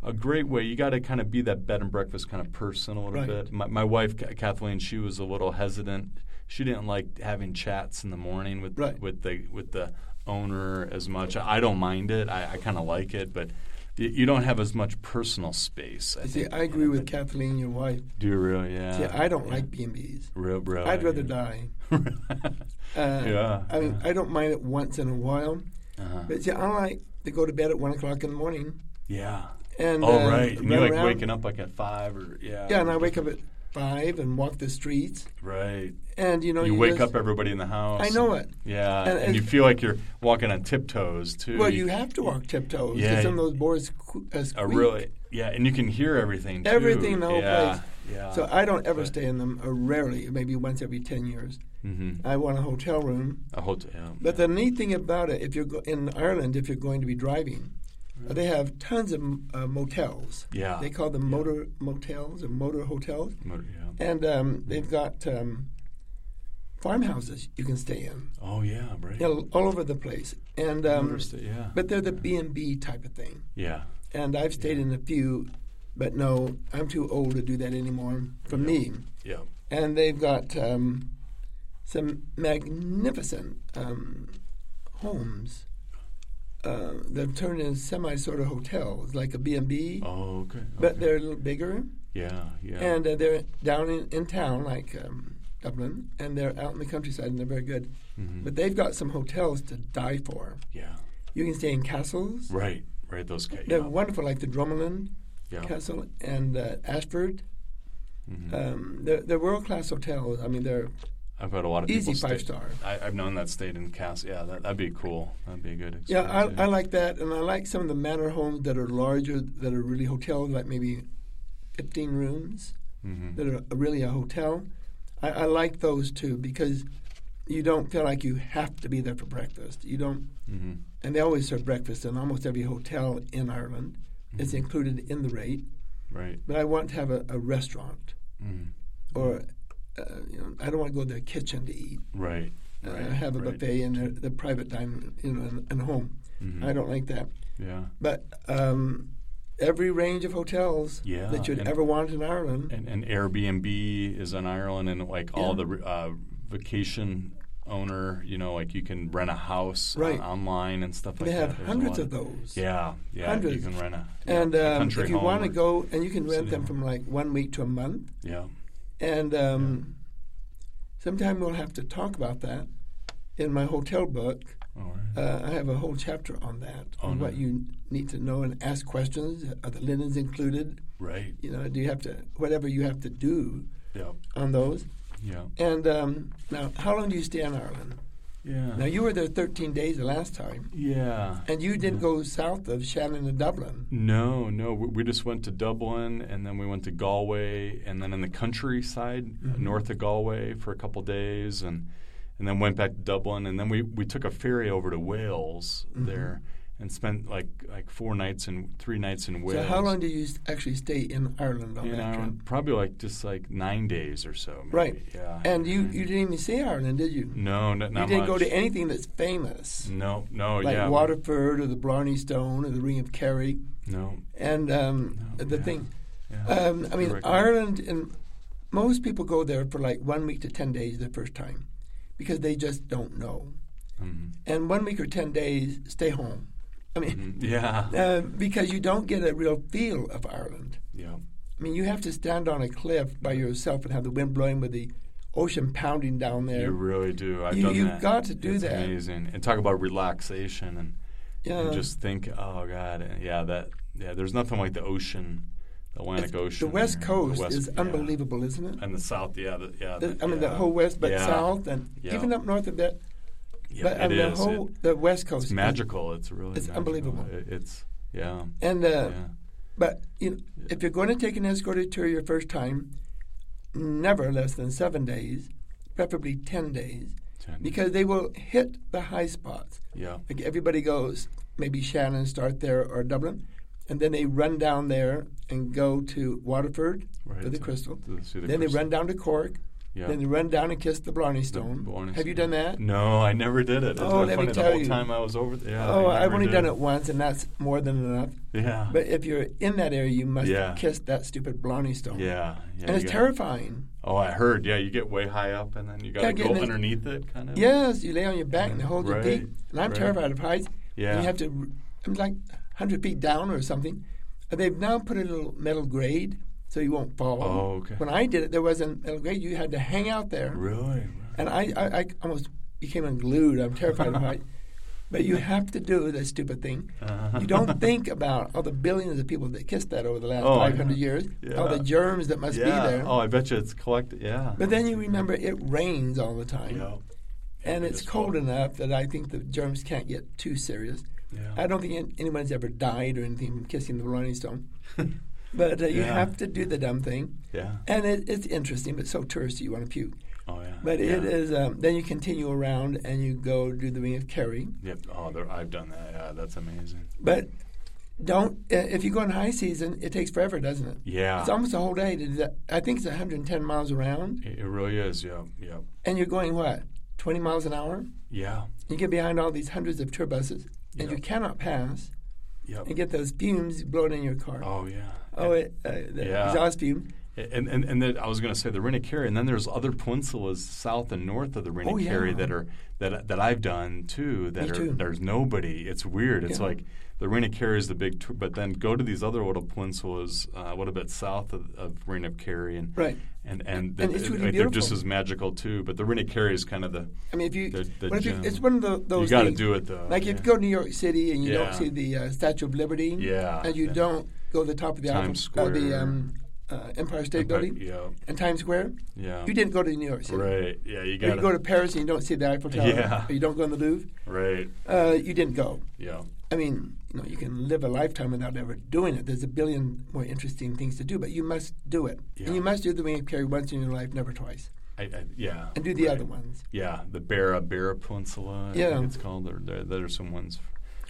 [SPEAKER 1] a great way you got to kind of be that bed and breakfast kind of person a little
[SPEAKER 2] Right.
[SPEAKER 1] bit my, my wife Ca- kathleen she was a little hesitant she didn't like having chats in the morning with
[SPEAKER 2] Right.
[SPEAKER 1] with the with the owner as much i don't mind it i, I kind of like it but y- you don't have as much personal space. I
[SPEAKER 2] See,
[SPEAKER 1] think.
[SPEAKER 2] I agree with Kathleen, your wife.
[SPEAKER 1] Do you really? Yeah.
[SPEAKER 2] See, I don't like B&Bs.
[SPEAKER 1] Real, real.
[SPEAKER 2] I'd rather die.
[SPEAKER 1] *laughs*
[SPEAKER 2] Uh,
[SPEAKER 1] Yeah,
[SPEAKER 2] I mean,
[SPEAKER 1] yeah.
[SPEAKER 2] I don't mind it once in a while,
[SPEAKER 1] uh
[SPEAKER 2] but see, I like to go to bed at one o'clock in the morning.
[SPEAKER 1] Yeah.
[SPEAKER 2] And
[SPEAKER 1] Oh
[SPEAKER 2] uh,
[SPEAKER 1] right, and
[SPEAKER 2] run
[SPEAKER 1] you're like
[SPEAKER 2] around.
[SPEAKER 1] waking up like at five or yeah.
[SPEAKER 2] Yeah, and I wake up at five and walk the streets.
[SPEAKER 1] Right.
[SPEAKER 2] And you know,
[SPEAKER 1] You, wake
[SPEAKER 2] just-
[SPEAKER 1] up everybody in the house.
[SPEAKER 2] I know
[SPEAKER 1] and-
[SPEAKER 2] it.
[SPEAKER 1] Yeah, and,
[SPEAKER 2] And- and-
[SPEAKER 1] you feel like you're walking on tiptoes too.
[SPEAKER 2] Well, you have to walk tiptoe because
[SPEAKER 1] Yeah,
[SPEAKER 2] some of
[SPEAKER 1] you-
[SPEAKER 2] those boards sque- uh,
[SPEAKER 1] a
[SPEAKER 2] squeak.
[SPEAKER 1] really yeah, and you can hear everything. Too.
[SPEAKER 2] Everything in the whole
[SPEAKER 1] yeah,
[SPEAKER 2] place.
[SPEAKER 1] Yeah.
[SPEAKER 2] So I don't ever
[SPEAKER 1] But-
[SPEAKER 2] stay in them. Or rarely, maybe once every ten years.
[SPEAKER 1] Mhm.
[SPEAKER 2] I want a hotel room.
[SPEAKER 1] a hotel. Yeah,
[SPEAKER 2] But the neat thing about it, if you're go- in Ireland, if you're going to be driving, they have tons of uh, motels.
[SPEAKER 1] Ah, Yeah.
[SPEAKER 2] They call them motor motels or motor hotels,
[SPEAKER 1] Motor- yeah.
[SPEAKER 2] and um, they've got um, farmhouses you can stay in
[SPEAKER 1] Oh yeah, right.
[SPEAKER 2] you know, all over the place. And um,
[SPEAKER 1] Understood, yeah.
[SPEAKER 2] but they're the B and B type of thing.
[SPEAKER 1] yeah.
[SPEAKER 2] And I've stayed in a few, but no, I'm too old to do that anymore for me.
[SPEAKER 1] Yeah.
[SPEAKER 2] And they've got um, some magnificent um, homes. Uh, they've turned into semi sort of hotels, like a B and B,
[SPEAKER 1] Oh, okay.
[SPEAKER 2] but
[SPEAKER 1] okay.
[SPEAKER 2] they're a little bigger.
[SPEAKER 1] yeah, yeah.
[SPEAKER 2] And uh, they're down in, in town, like um, Dublin, and they're out in the countryside, and they're very good.
[SPEAKER 1] Mhm.
[SPEAKER 2] But they've got some hotels to die for.
[SPEAKER 1] yeah.
[SPEAKER 2] You can stay in castles.
[SPEAKER 1] Right, right. Those guys.
[SPEAKER 2] They're
[SPEAKER 1] Yeah.
[SPEAKER 2] wonderful, like the Drummond
[SPEAKER 1] yeah.
[SPEAKER 2] Castle and uh, Ashford.
[SPEAKER 1] Mhm.
[SPEAKER 2] Um, they're they're world class hotels. I mean, they're
[SPEAKER 1] I've had a lot of people
[SPEAKER 2] easy
[SPEAKER 1] stay-
[SPEAKER 2] five star.
[SPEAKER 1] I, I've known that stayed in Cass. Yeah, that, that'd be cool. That'd be a good
[SPEAKER 2] Yeah,
[SPEAKER 1] experience.
[SPEAKER 2] I, I like that, and I like some of the manor homes that are larger, that are really hotels, like maybe fifteen rooms
[SPEAKER 1] Mhm.
[SPEAKER 2] that are really a hotel. I, I like those too because you don't feel like you have to be there for breakfast. You don't,
[SPEAKER 1] Mhm.
[SPEAKER 2] and they always serve breakfast in almost every hotel in Ireland. It's
[SPEAKER 1] Mm-hmm.
[SPEAKER 2] included in the rate,
[SPEAKER 1] Right.
[SPEAKER 2] but I want to have a, a restaurant.
[SPEAKER 1] Mhm.
[SPEAKER 2] or uh, you know, I don't want to go to their kitchen to eat.
[SPEAKER 1] Right.
[SPEAKER 2] Uh,
[SPEAKER 1] Right.
[SPEAKER 2] have a
[SPEAKER 1] right.
[SPEAKER 2] buffet in their, their private dining, you know, and, and home.
[SPEAKER 1] Mhm.
[SPEAKER 2] I don't like that.
[SPEAKER 1] Yeah.
[SPEAKER 2] But um, every range of hotels
[SPEAKER 1] Yeah,
[SPEAKER 2] that you'd
[SPEAKER 1] and-
[SPEAKER 2] ever want in Ireland,
[SPEAKER 1] And, and Airbnb is in Ireland, and like all
[SPEAKER 2] Yeah.
[SPEAKER 1] the uh, vacation owner, you know, like you can rent a house
[SPEAKER 2] Right.
[SPEAKER 1] on- online and stuff like
[SPEAKER 2] they
[SPEAKER 1] that.
[SPEAKER 2] have
[SPEAKER 1] There's a
[SPEAKER 2] hundreds
[SPEAKER 1] lot
[SPEAKER 2] of those.
[SPEAKER 1] Yeah, yeah.
[SPEAKER 2] Hundreds.
[SPEAKER 1] You can rent a yeah,
[SPEAKER 2] And
[SPEAKER 1] a
[SPEAKER 2] um,
[SPEAKER 1] country
[SPEAKER 2] if you
[SPEAKER 1] home
[SPEAKER 2] want to
[SPEAKER 1] or-
[SPEAKER 2] go, and you can rent
[SPEAKER 1] city
[SPEAKER 2] them
[SPEAKER 1] home.
[SPEAKER 2] from like one week to a month,
[SPEAKER 1] Yeah.
[SPEAKER 2] and um, sometime we'll have to talk about that. In my hotel book,
[SPEAKER 1] All right.
[SPEAKER 2] uh, I have a whole chapter on that,
[SPEAKER 1] Oh,
[SPEAKER 2] on
[SPEAKER 1] no.
[SPEAKER 2] what you need to know and ask questions. Are the linens included?
[SPEAKER 1] Right.
[SPEAKER 2] you know, do you have to whatever you have to do
[SPEAKER 1] Yeah.
[SPEAKER 2] on those?
[SPEAKER 1] Yeah.
[SPEAKER 2] And um, now, how long do you stay in Ireland?
[SPEAKER 1] Yeah.
[SPEAKER 2] Now you were there 13 days the last time,
[SPEAKER 1] yeah.
[SPEAKER 2] and you didn't go south of Shannon to Dublin.
[SPEAKER 1] No, no. We, we just went to Dublin, and then we went to Galway, and then in the countryside,
[SPEAKER 2] Mm-hmm.
[SPEAKER 1] uh north of Galway, for a couple days, and and then went back to Dublin, and then we, we took a ferry over to Wales
[SPEAKER 2] Mm-hmm.
[SPEAKER 1] there, and spent like like four nights and three nights in
[SPEAKER 2] So
[SPEAKER 1] Wales.
[SPEAKER 2] how long do you s- actually stay in Ireland on
[SPEAKER 1] In
[SPEAKER 2] that
[SPEAKER 1] Ireland, probably like just like nine days or so. maybe.
[SPEAKER 2] Right.
[SPEAKER 1] Yeah.
[SPEAKER 2] trip? And you you didn't even see Ireland, did you?
[SPEAKER 1] No, not,
[SPEAKER 2] you
[SPEAKER 1] not
[SPEAKER 2] didn't go
[SPEAKER 1] much.
[SPEAKER 2] to anything that's famous,
[SPEAKER 1] No, no,
[SPEAKER 2] like
[SPEAKER 1] yeah.
[SPEAKER 2] Waterford or the Blarney Stone or the Ring of Kerry,
[SPEAKER 1] No.
[SPEAKER 2] and um,
[SPEAKER 1] No,
[SPEAKER 2] the
[SPEAKER 1] yeah.
[SPEAKER 2] thing.
[SPEAKER 1] Yeah.
[SPEAKER 2] Um, I mean,
[SPEAKER 1] Correct.
[SPEAKER 2] Ireland and most people go there for like one week to ten days the first time, because they just don't know.
[SPEAKER 1] Mhm.
[SPEAKER 2] And one week or ten days, stay home. I mean,
[SPEAKER 1] Mhm.
[SPEAKER 2] *laughs*
[SPEAKER 1] Yeah.
[SPEAKER 2] uh, because you don't get a real feel of Ireland.
[SPEAKER 1] Yeah.
[SPEAKER 2] I mean, you have to stand on a cliff by yourself and have the wind blowing with the ocean pounding down there.
[SPEAKER 1] You really do. I've
[SPEAKER 2] You-
[SPEAKER 1] done
[SPEAKER 2] you've
[SPEAKER 1] that.
[SPEAKER 2] got to do
[SPEAKER 1] it's
[SPEAKER 2] that.
[SPEAKER 1] Amazing. And talk about relaxation and,
[SPEAKER 2] Yeah.
[SPEAKER 1] and just think, oh God, and yeah, that yeah. There's nothing like the ocean, the Atlantic Ocean.
[SPEAKER 2] the West
[SPEAKER 1] or
[SPEAKER 2] Coast
[SPEAKER 1] West-
[SPEAKER 2] is
[SPEAKER 1] yeah.
[SPEAKER 2] unbelievable, isn't it?
[SPEAKER 1] And the South, yeah, the, yeah.
[SPEAKER 2] The- I mean, the
[SPEAKER 1] yeah.
[SPEAKER 2] whole West, but
[SPEAKER 1] Yeah.
[SPEAKER 2] south and
[SPEAKER 1] Yeah.
[SPEAKER 2] even up north a bit.
[SPEAKER 1] Yeah,
[SPEAKER 2] but I
[SPEAKER 1] it
[SPEAKER 2] mean, the
[SPEAKER 1] is.
[SPEAKER 2] whole
[SPEAKER 1] It-
[SPEAKER 2] the West Coast
[SPEAKER 1] it's
[SPEAKER 2] is-
[SPEAKER 1] magical. It's really
[SPEAKER 2] it's
[SPEAKER 1] magical.
[SPEAKER 2] unbelievable.
[SPEAKER 1] It- it's yeah,
[SPEAKER 2] And uh,
[SPEAKER 1] yeah.
[SPEAKER 2] But you know, if you're going to take an escorted tour your first time, never less than seven days, preferably ten days,
[SPEAKER 1] Ten-
[SPEAKER 2] because they will hit the high spots.
[SPEAKER 1] yeah,
[SPEAKER 2] Like everybody goes, maybe Shannon start there or Dublin, and then they run down there and go to Waterford
[SPEAKER 1] right.
[SPEAKER 2] for the
[SPEAKER 1] to-
[SPEAKER 2] crystal.
[SPEAKER 1] to see the
[SPEAKER 2] then they
[SPEAKER 1] crystal.
[SPEAKER 2] run down to Cork.
[SPEAKER 1] Yeah.
[SPEAKER 2] Then they run down and kiss the Blarney
[SPEAKER 1] The
[SPEAKER 2] Stone.
[SPEAKER 1] Blarney
[SPEAKER 2] Have you
[SPEAKER 1] Stone.
[SPEAKER 2] done that?
[SPEAKER 1] No, I never did it. Isn't
[SPEAKER 2] Oh,
[SPEAKER 1] that
[SPEAKER 2] let me
[SPEAKER 1] funny?
[SPEAKER 2] tell
[SPEAKER 1] the whole
[SPEAKER 2] you.
[SPEAKER 1] time I was over there. Yeah,
[SPEAKER 2] oh,
[SPEAKER 1] I
[SPEAKER 2] I've
[SPEAKER 1] never
[SPEAKER 2] only
[SPEAKER 1] did
[SPEAKER 2] done
[SPEAKER 1] it.
[SPEAKER 2] it once, and that's more than enough.
[SPEAKER 1] Yeah,
[SPEAKER 2] But if you're in that area, you must
[SPEAKER 1] Yeah.
[SPEAKER 2] kiss that stupid Blarney Stone.
[SPEAKER 1] yeah, yeah.
[SPEAKER 2] and
[SPEAKER 1] you
[SPEAKER 2] it's
[SPEAKER 1] got-
[SPEAKER 2] terrifying.
[SPEAKER 1] Oh, I heard. Yeah, you get way high up, and then you got to
[SPEAKER 2] Gotta get
[SPEAKER 1] go
[SPEAKER 2] in the-
[SPEAKER 1] underneath it, kind of.
[SPEAKER 2] Yes, you lay on your back and hold your
[SPEAKER 1] Right,
[SPEAKER 2] feet. And I'm
[SPEAKER 1] right.
[SPEAKER 2] terrified of heights. And
[SPEAKER 1] Yeah.
[SPEAKER 2] you have to, r- I'm like 100 feet down or something. And they've now put a little metal grade so you won't fall.
[SPEAKER 1] Oh, okay.
[SPEAKER 2] When I did it, there wasn't metal grade. You had to hang out there.
[SPEAKER 1] Really? *laughs*
[SPEAKER 2] And I, I, I almost became unglued. I'm terrified of heights. But you have to do that stupid thing. *laughs*
[SPEAKER 1] *laughs*
[SPEAKER 2] You don't think about all the billions of people that kissed that over the last
[SPEAKER 1] Oh,
[SPEAKER 2] 500
[SPEAKER 1] yeah.
[SPEAKER 2] years,
[SPEAKER 1] Yeah.
[SPEAKER 2] all the germs that must
[SPEAKER 1] yeah.
[SPEAKER 2] be there.
[SPEAKER 1] Oh, I bet you it's collected. Yeah.
[SPEAKER 2] But then you remember it rains all the time,
[SPEAKER 1] yeah.
[SPEAKER 2] and
[SPEAKER 1] it
[SPEAKER 2] it's
[SPEAKER 1] is
[SPEAKER 2] cold
[SPEAKER 1] cold.
[SPEAKER 2] enough that I think the germs can't get too serious. I
[SPEAKER 1] Yeah.
[SPEAKER 2] don't think an- anyone's ever died or anything from kissing the Rolling Stone. but uh, you
[SPEAKER 1] Yeah.
[SPEAKER 2] have to do the dumb thing,
[SPEAKER 1] *laughs* Yeah.
[SPEAKER 2] and it, it's interesting, but so touristy you want to puke.
[SPEAKER 1] Oh, yeah.
[SPEAKER 2] But
[SPEAKER 1] yeah.
[SPEAKER 2] it is. Um, then you continue around and you go do the Ring of Kerry.
[SPEAKER 1] Yep. Oh, there, I've done that. Yeah, that's amazing.
[SPEAKER 2] But don't i- if you go in high season, it takes forever, doesn't it?
[SPEAKER 1] Yeah.
[SPEAKER 2] It's almost a whole day to do that. I think it's 110 miles around,
[SPEAKER 1] it, it really is. Yeah. Yeah.
[SPEAKER 2] and you're going what 20 miles an hour.
[SPEAKER 1] Yeah.
[SPEAKER 2] You get behind all these hundreds of tour buses, and you
[SPEAKER 1] Yep.
[SPEAKER 2] cannot pass.
[SPEAKER 1] Yep.
[SPEAKER 2] You get those fumes blowing in your car.
[SPEAKER 1] Oh, yeah.
[SPEAKER 2] Oh, it, uh, the
[SPEAKER 1] Yeah.
[SPEAKER 2] exhaust fume.
[SPEAKER 1] And and, and then I was going to say the Renakari, and then there's other peninsulas south and north of the
[SPEAKER 2] Oh, yeah.
[SPEAKER 1] Renakari that are that that I've done too. That
[SPEAKER 2] Me
[SPEAKER 1] are
[SPEAKER 2] too.
[SPEAKER 1] there's nobody. It's weird. It's
[SPEAKER 2] Yeah.
[SPEAKER 1] like the Renakari is the big, tour, but then go to these other little peninsulas, uh, a little bit south of, of Renakari, and
[SPEAKER 2] Right.
[SPEAKER 1] and and,
[SPEAKER 2] And it's really
[SPEAKER 1] like, they're just
[SPEAKER 2] beautiful.
[SPEAKER 1] as magical too. But the Renakari is kind of the
[SPEAKER 2] I mean, if you,
[SPEAKER 1] The- the
[SPEAKER 2] what if you
[SPEAKER 1] gem.
[SPEAKER 2] it's one of tho- those
[SPEAKER 1] you got to
[SPEAKER 2] things-
[SPEAKER 1] do it though.
[SPEAKER 2] Like
[SPEAKER 1] yeah.
[SPEAKER 2] if you go to New York City and you don't
[SPEAKER 1] Yeah.
[SPEAKER 2] see the uh, Statue of Liberty,
[SPEAKER 1] Yeah,
[SPEAKER 2] and you
[SPEAKER 1] yeah.
[SPEAKER 2] don't go to the top of the
[SPEAKER 1] Times
[SPEAKER 2] Eiffel- uh, the
[SPEAKER 1] Square.
[SPEAKER 2] um, uh, Empire State
[SPEAKER 1] But,
[SPEAKER 2] Building
[SPEAKER 1] yeah,
[SPEAKER 2] and Times Square,
[SPEAKER 1] yeah,
[SPEAKER 2] you didn't go to New York City.
[SPEAKER 1] right, yeah, you
[SPEAKER 2] Or
[SPEAKER 1] got
[SPEAKER 2] you go to Paris and you don't see the Eiffel Tower,
[SPEAKER 1] Yeah.
[SPEAKER 2] or you don't go in the Louvre,
[SPEAKER 1] right,
[SPEAKER 2] uh, you didn't go.
[SPEAKER 1] yeah,
[SPEAKER 2] I mean, you know, you can live a lifetime without ever doing it. There's a billion more interesting things to do, but you must do it.
[SPEAKER 1] Yeah.
[SPEAKER 2] And you must do the Ring of Kerry once in your life, never twice.
[SPEAKER 1] I, I, yeah,
[SPEAKER 2] And do the
[SPEAKER 1] right.
[SPEAKER 2] other ones.
[SPEAKER 1] Yeah, the Barra Barra Peninsula. I
[SPEAKER 2] Yeah.
[SPEAKER 1] think it's called. There, there, there are some ones.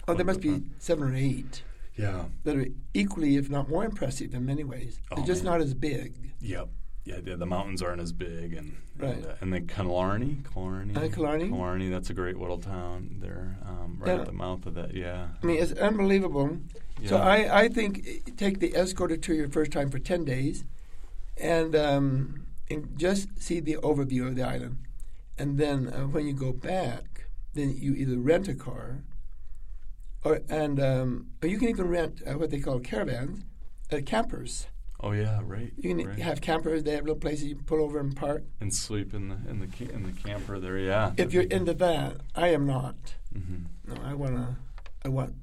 [SPEAKER 2] Oh, there
[SPEAKER 1] one
[SPEAKER 2] must
[SPEAKER 1] of
[SPEAKER 2] be
[SPEAKER 1] them.
[SPEAKER 2] seven or eight
[SPEAKER 1] Yeah.
[SPEAKER 2] that are equally, if not more impressive in many ways. They're
[SPEAKER 1] Oh,
[SPEAKER 2] just
[SPEAKER 1] man.
[SPEAKER 2] not as big.
[SPEAKER 1] Yep. Yeah, the, the mountains aren't as big, and
[SPEAKER 2] Right.
[SPEAKER 1] and, uh, and then Killarney, Killarney,
[SPEAKER 2] Uh, Killarney?
[SPEAKER 1] Killarney. That's a great little town there, um, right
[SPEAKER 2] Yeah.
[SPEAKER 1] at the mouth of that. Yeah.
[SPEAKER 2] I mean, it's unbelievable. So
[SPEAKER 1] Yeah.
[SPEAKER 2] I, I think eh, take the escorted tour your first time for 10 days and, um, and just see the overview of the island. And then uh, when you go back, then you either rent a car or, and, um, or you can even rent uh, what they call caravans, uh, campers.
[SPEAKER 1] oh yeah, right.
[SPEAKER 2] You can
[SPEAKER 1] right.
[SPEAKER 2] have campers, they have little places you can pull over and park.
[SPEAKER 1] and sleep in the in the ca- in the camper there. Yeah.
[SPEAKER 2] If you're into that, I am not.
[SPEAKER 1] Mm-hmm.
[SPEAKER 2] No, I want to, I want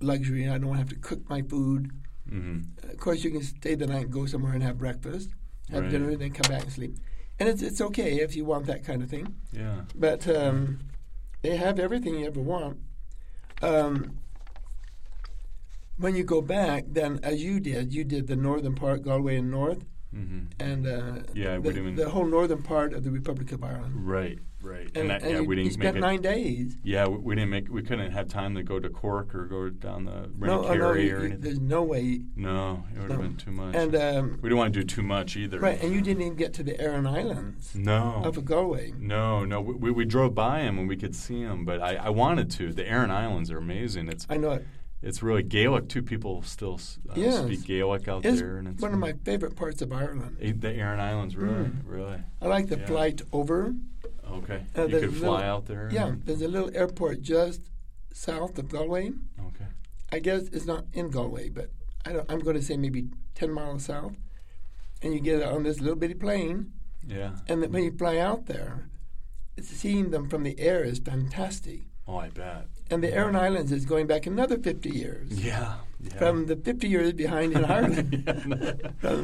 [SPEAKER 2] luxury. I don't want to have to cook my food.
[SPEAKER 1] Mm-hmm.
[SPEAKER 2] of course, you can stay the night, go somewhere and have breakfast, have
[SPEAKER 1] Right.
[SPEAKER 2] dinner, then come back and sleep. And it's it's okay if you want that kind of thing.
[SPEAKER 1] Yeah.
[SPEAKER 2] But um, they have everything you ever want. Um, when you go back, then as you did, you did the northern part, Galway and north,
[SPEAKER 1] Mm-hmm.
[SPEAKER 2] and uh,
[SPEAKER 1] Yeah, we
[SPEAKER 2] the,
[SPEAKER 1] didn't-
[SPEAKER 2] the whole northern part of the Republic of Ireland.
[SPEAKER 1] Right. Right. And,
[SPEAKER 2] And,
[SPEAKER 1] that,
[SPEAKER 2] and
[SPEAKER 1] yeah,
[SPEAKER 2] you,
[SPEAKER 1] we
[SPEAKER 2] you
[SPEAKER 1] didn't make
[SPEAKER 2] spent
[SPEAKER 1] it.
[SPEAKER 2] nine days.
[SPEAKER 1] Yeah, we, we didn't make. We couldn't have time to go to Cork or go down the
[SPEAKER 2] No, oh,
[SPEAKER 1] Renakari
[SPEAKER 2] no, you-
[SPEAKER 1] or
[SPEAKER 2] you-
[SPEAKER 1] anything.
[SPEAKER 2] there's no way.
[SPEAKER 1] No, it would have
[SPEAKER 2] No.
[SPEAKER 1] been too much.
[SPEAKER 2] And um,
[SPEAKER 1] we didn't want to do too much either.
[SPEAKER 2] right, and you didn't even get to the Aran Islands
[SPEAKER 1] No.
[SPEAKER 2] up of Galway.
[SPEAKER 1] no, no. We, we- we drove by them and we could see them, but I, I wanted to. The Aran Islands are amazing. It's
[SPEAKER 2] I know it.
[SPEAKER 1] it's really Gaelic. Two people still s- uh,
[SPEAKER 2] Yes.
[SPEAKER 1] speak Gaelic out
[SPEAKER 2] It's
[SPEAKER 1] there, and it's
[SPEAKER 2] one of my favorite parts of Ireland.
[SPEAKER 1] Eh, the Aran Islands. Really,
[SPEAKER 2] Mm.
[SPEAKER 1] really.
[SPEAKER 2] I like the
[SPEAKER 1] Yeah. Mm-hmm.
[SPEAKER 2] flight over.
[SPEAKER 1] Okay,
[SPEAKER 2] Uh,
[SPEAKER 1] you
[SPEAKER 2] there's
[SPEAKER 1] could fly
[SPEAKER 2] little-
[SPEAKER 1] out there.
[SPEAKER 2] Yeah,
[SPEAKER 1] and-
[SPEAKER 2] there's a little airport just south of Galway.
[SPEAKER 1] okay.
[SPEAKER 2] I guess it's not in Galway, but I don't, I'm going to say maybe 10 miles south. And you get on this little bitty plane,
[SPEAKER 1] Yeah.
[SPEAKER 2] and then when you fly out there, seeing them from the air is fantastic.
[SPEAKER 1] Oh, I bet.
[SPEAKER 2] And the Aran Islands is going back another 50 years
[SPEAKER 1] Yeah. yeah. *laughs*
[SPEAKER 2] from the 50 years behind in Ireland,
[SPEAKER 1] yeah. no.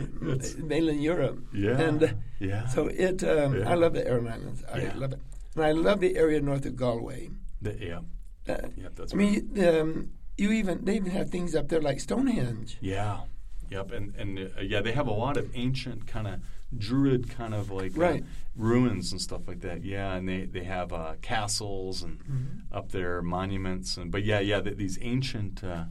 [SPEAKER 2] from
[SPEAKER 1] It's-
[SPEAKER 2] mainland eh, Europe.
[SPEAKER 1] yeah.
[SPEAKER 2] And uh,
[SPEAKER 1] yeah.
[SPEAKER 2] So it, um,
[SPEAKER 1] Yeah.
[SPEAKER 2] I love the Aran Islands. I
[SPEAKER 1] Yeah.
[SPEAKER 2] love it, and I love the area north of Galway.
[SPEAKER 1] The- yeah.
[SPEAKER 2] Uh,
[SPEAKER 1] Yeah. That's.
[SPEAKER 2] I mean, you- um, you even they even have things up there like Stonehenge.
[SPEAKER 1] Yeah. Yep. And and uh, yeah, they have a lot of ancient kind of druid kind of like uh,
[SPEAKER 2] Right.
[SPEAKER 1] ruins and stuff like that. Yeah, and they they have uh, castles and up there monuments and but yeah, yeah, th- these ancient, uh,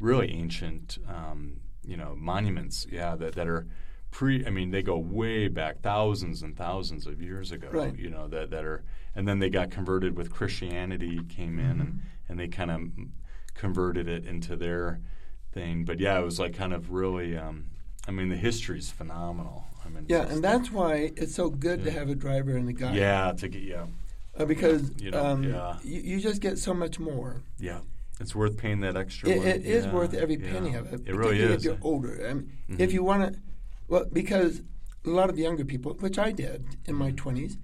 [SPEAKER 1] really ancient, um, you know, monuments. Yeah, that that are. Pre, I mean, they go way back, thousands and thousands of years ago.
[SPEAKER 2] Right.
[SPEAKER 1] You know that that are, and then they got converted with Christianity came in, and,
[SPEAKER 2] Mm-hmm.
[SPEAKER 1] and they kind of converted it into their thing. But yeah, it was like kind of really. Um, I mean, the history's phenomenal. I mean, it's
[SPEAKER 2] Yeah,
[SPEAKER 1] just-
[SPEAKER 2] and that's why it's so good to
[SPEAKER 1] Yeah.
[SPEAKER 2] have a driver and a guide.
[SPEAKER 1] yeah, to get yeah,
[SPEAKER 2] Uh, because
[SPEAKER 1] You know,
[SPEAKER 2] um,
[SPEAKER 1] yeah.
[SPEAKER 2] you, you just get so much more.
[SPEAKER 1] yeah. It's worth paying that extra.
[SPEAKER 2] It,
[SPEAKER 1] money.
[SPEAKER 2] it is
[SPEAKER 1] Yeah,
[SPEAKER 2] worth every
[SPEAKER 1] yeah.
[SPEAKER 2] penny of it.
[SPEAKER 1] It really
[SPEAKER 2] particularly
[SPEAKER 1] is. Mm-hmm.
[SPEAKER 2] If you're older, I mean, if you want to, well, because a lot of younger people, which I did in my twenties,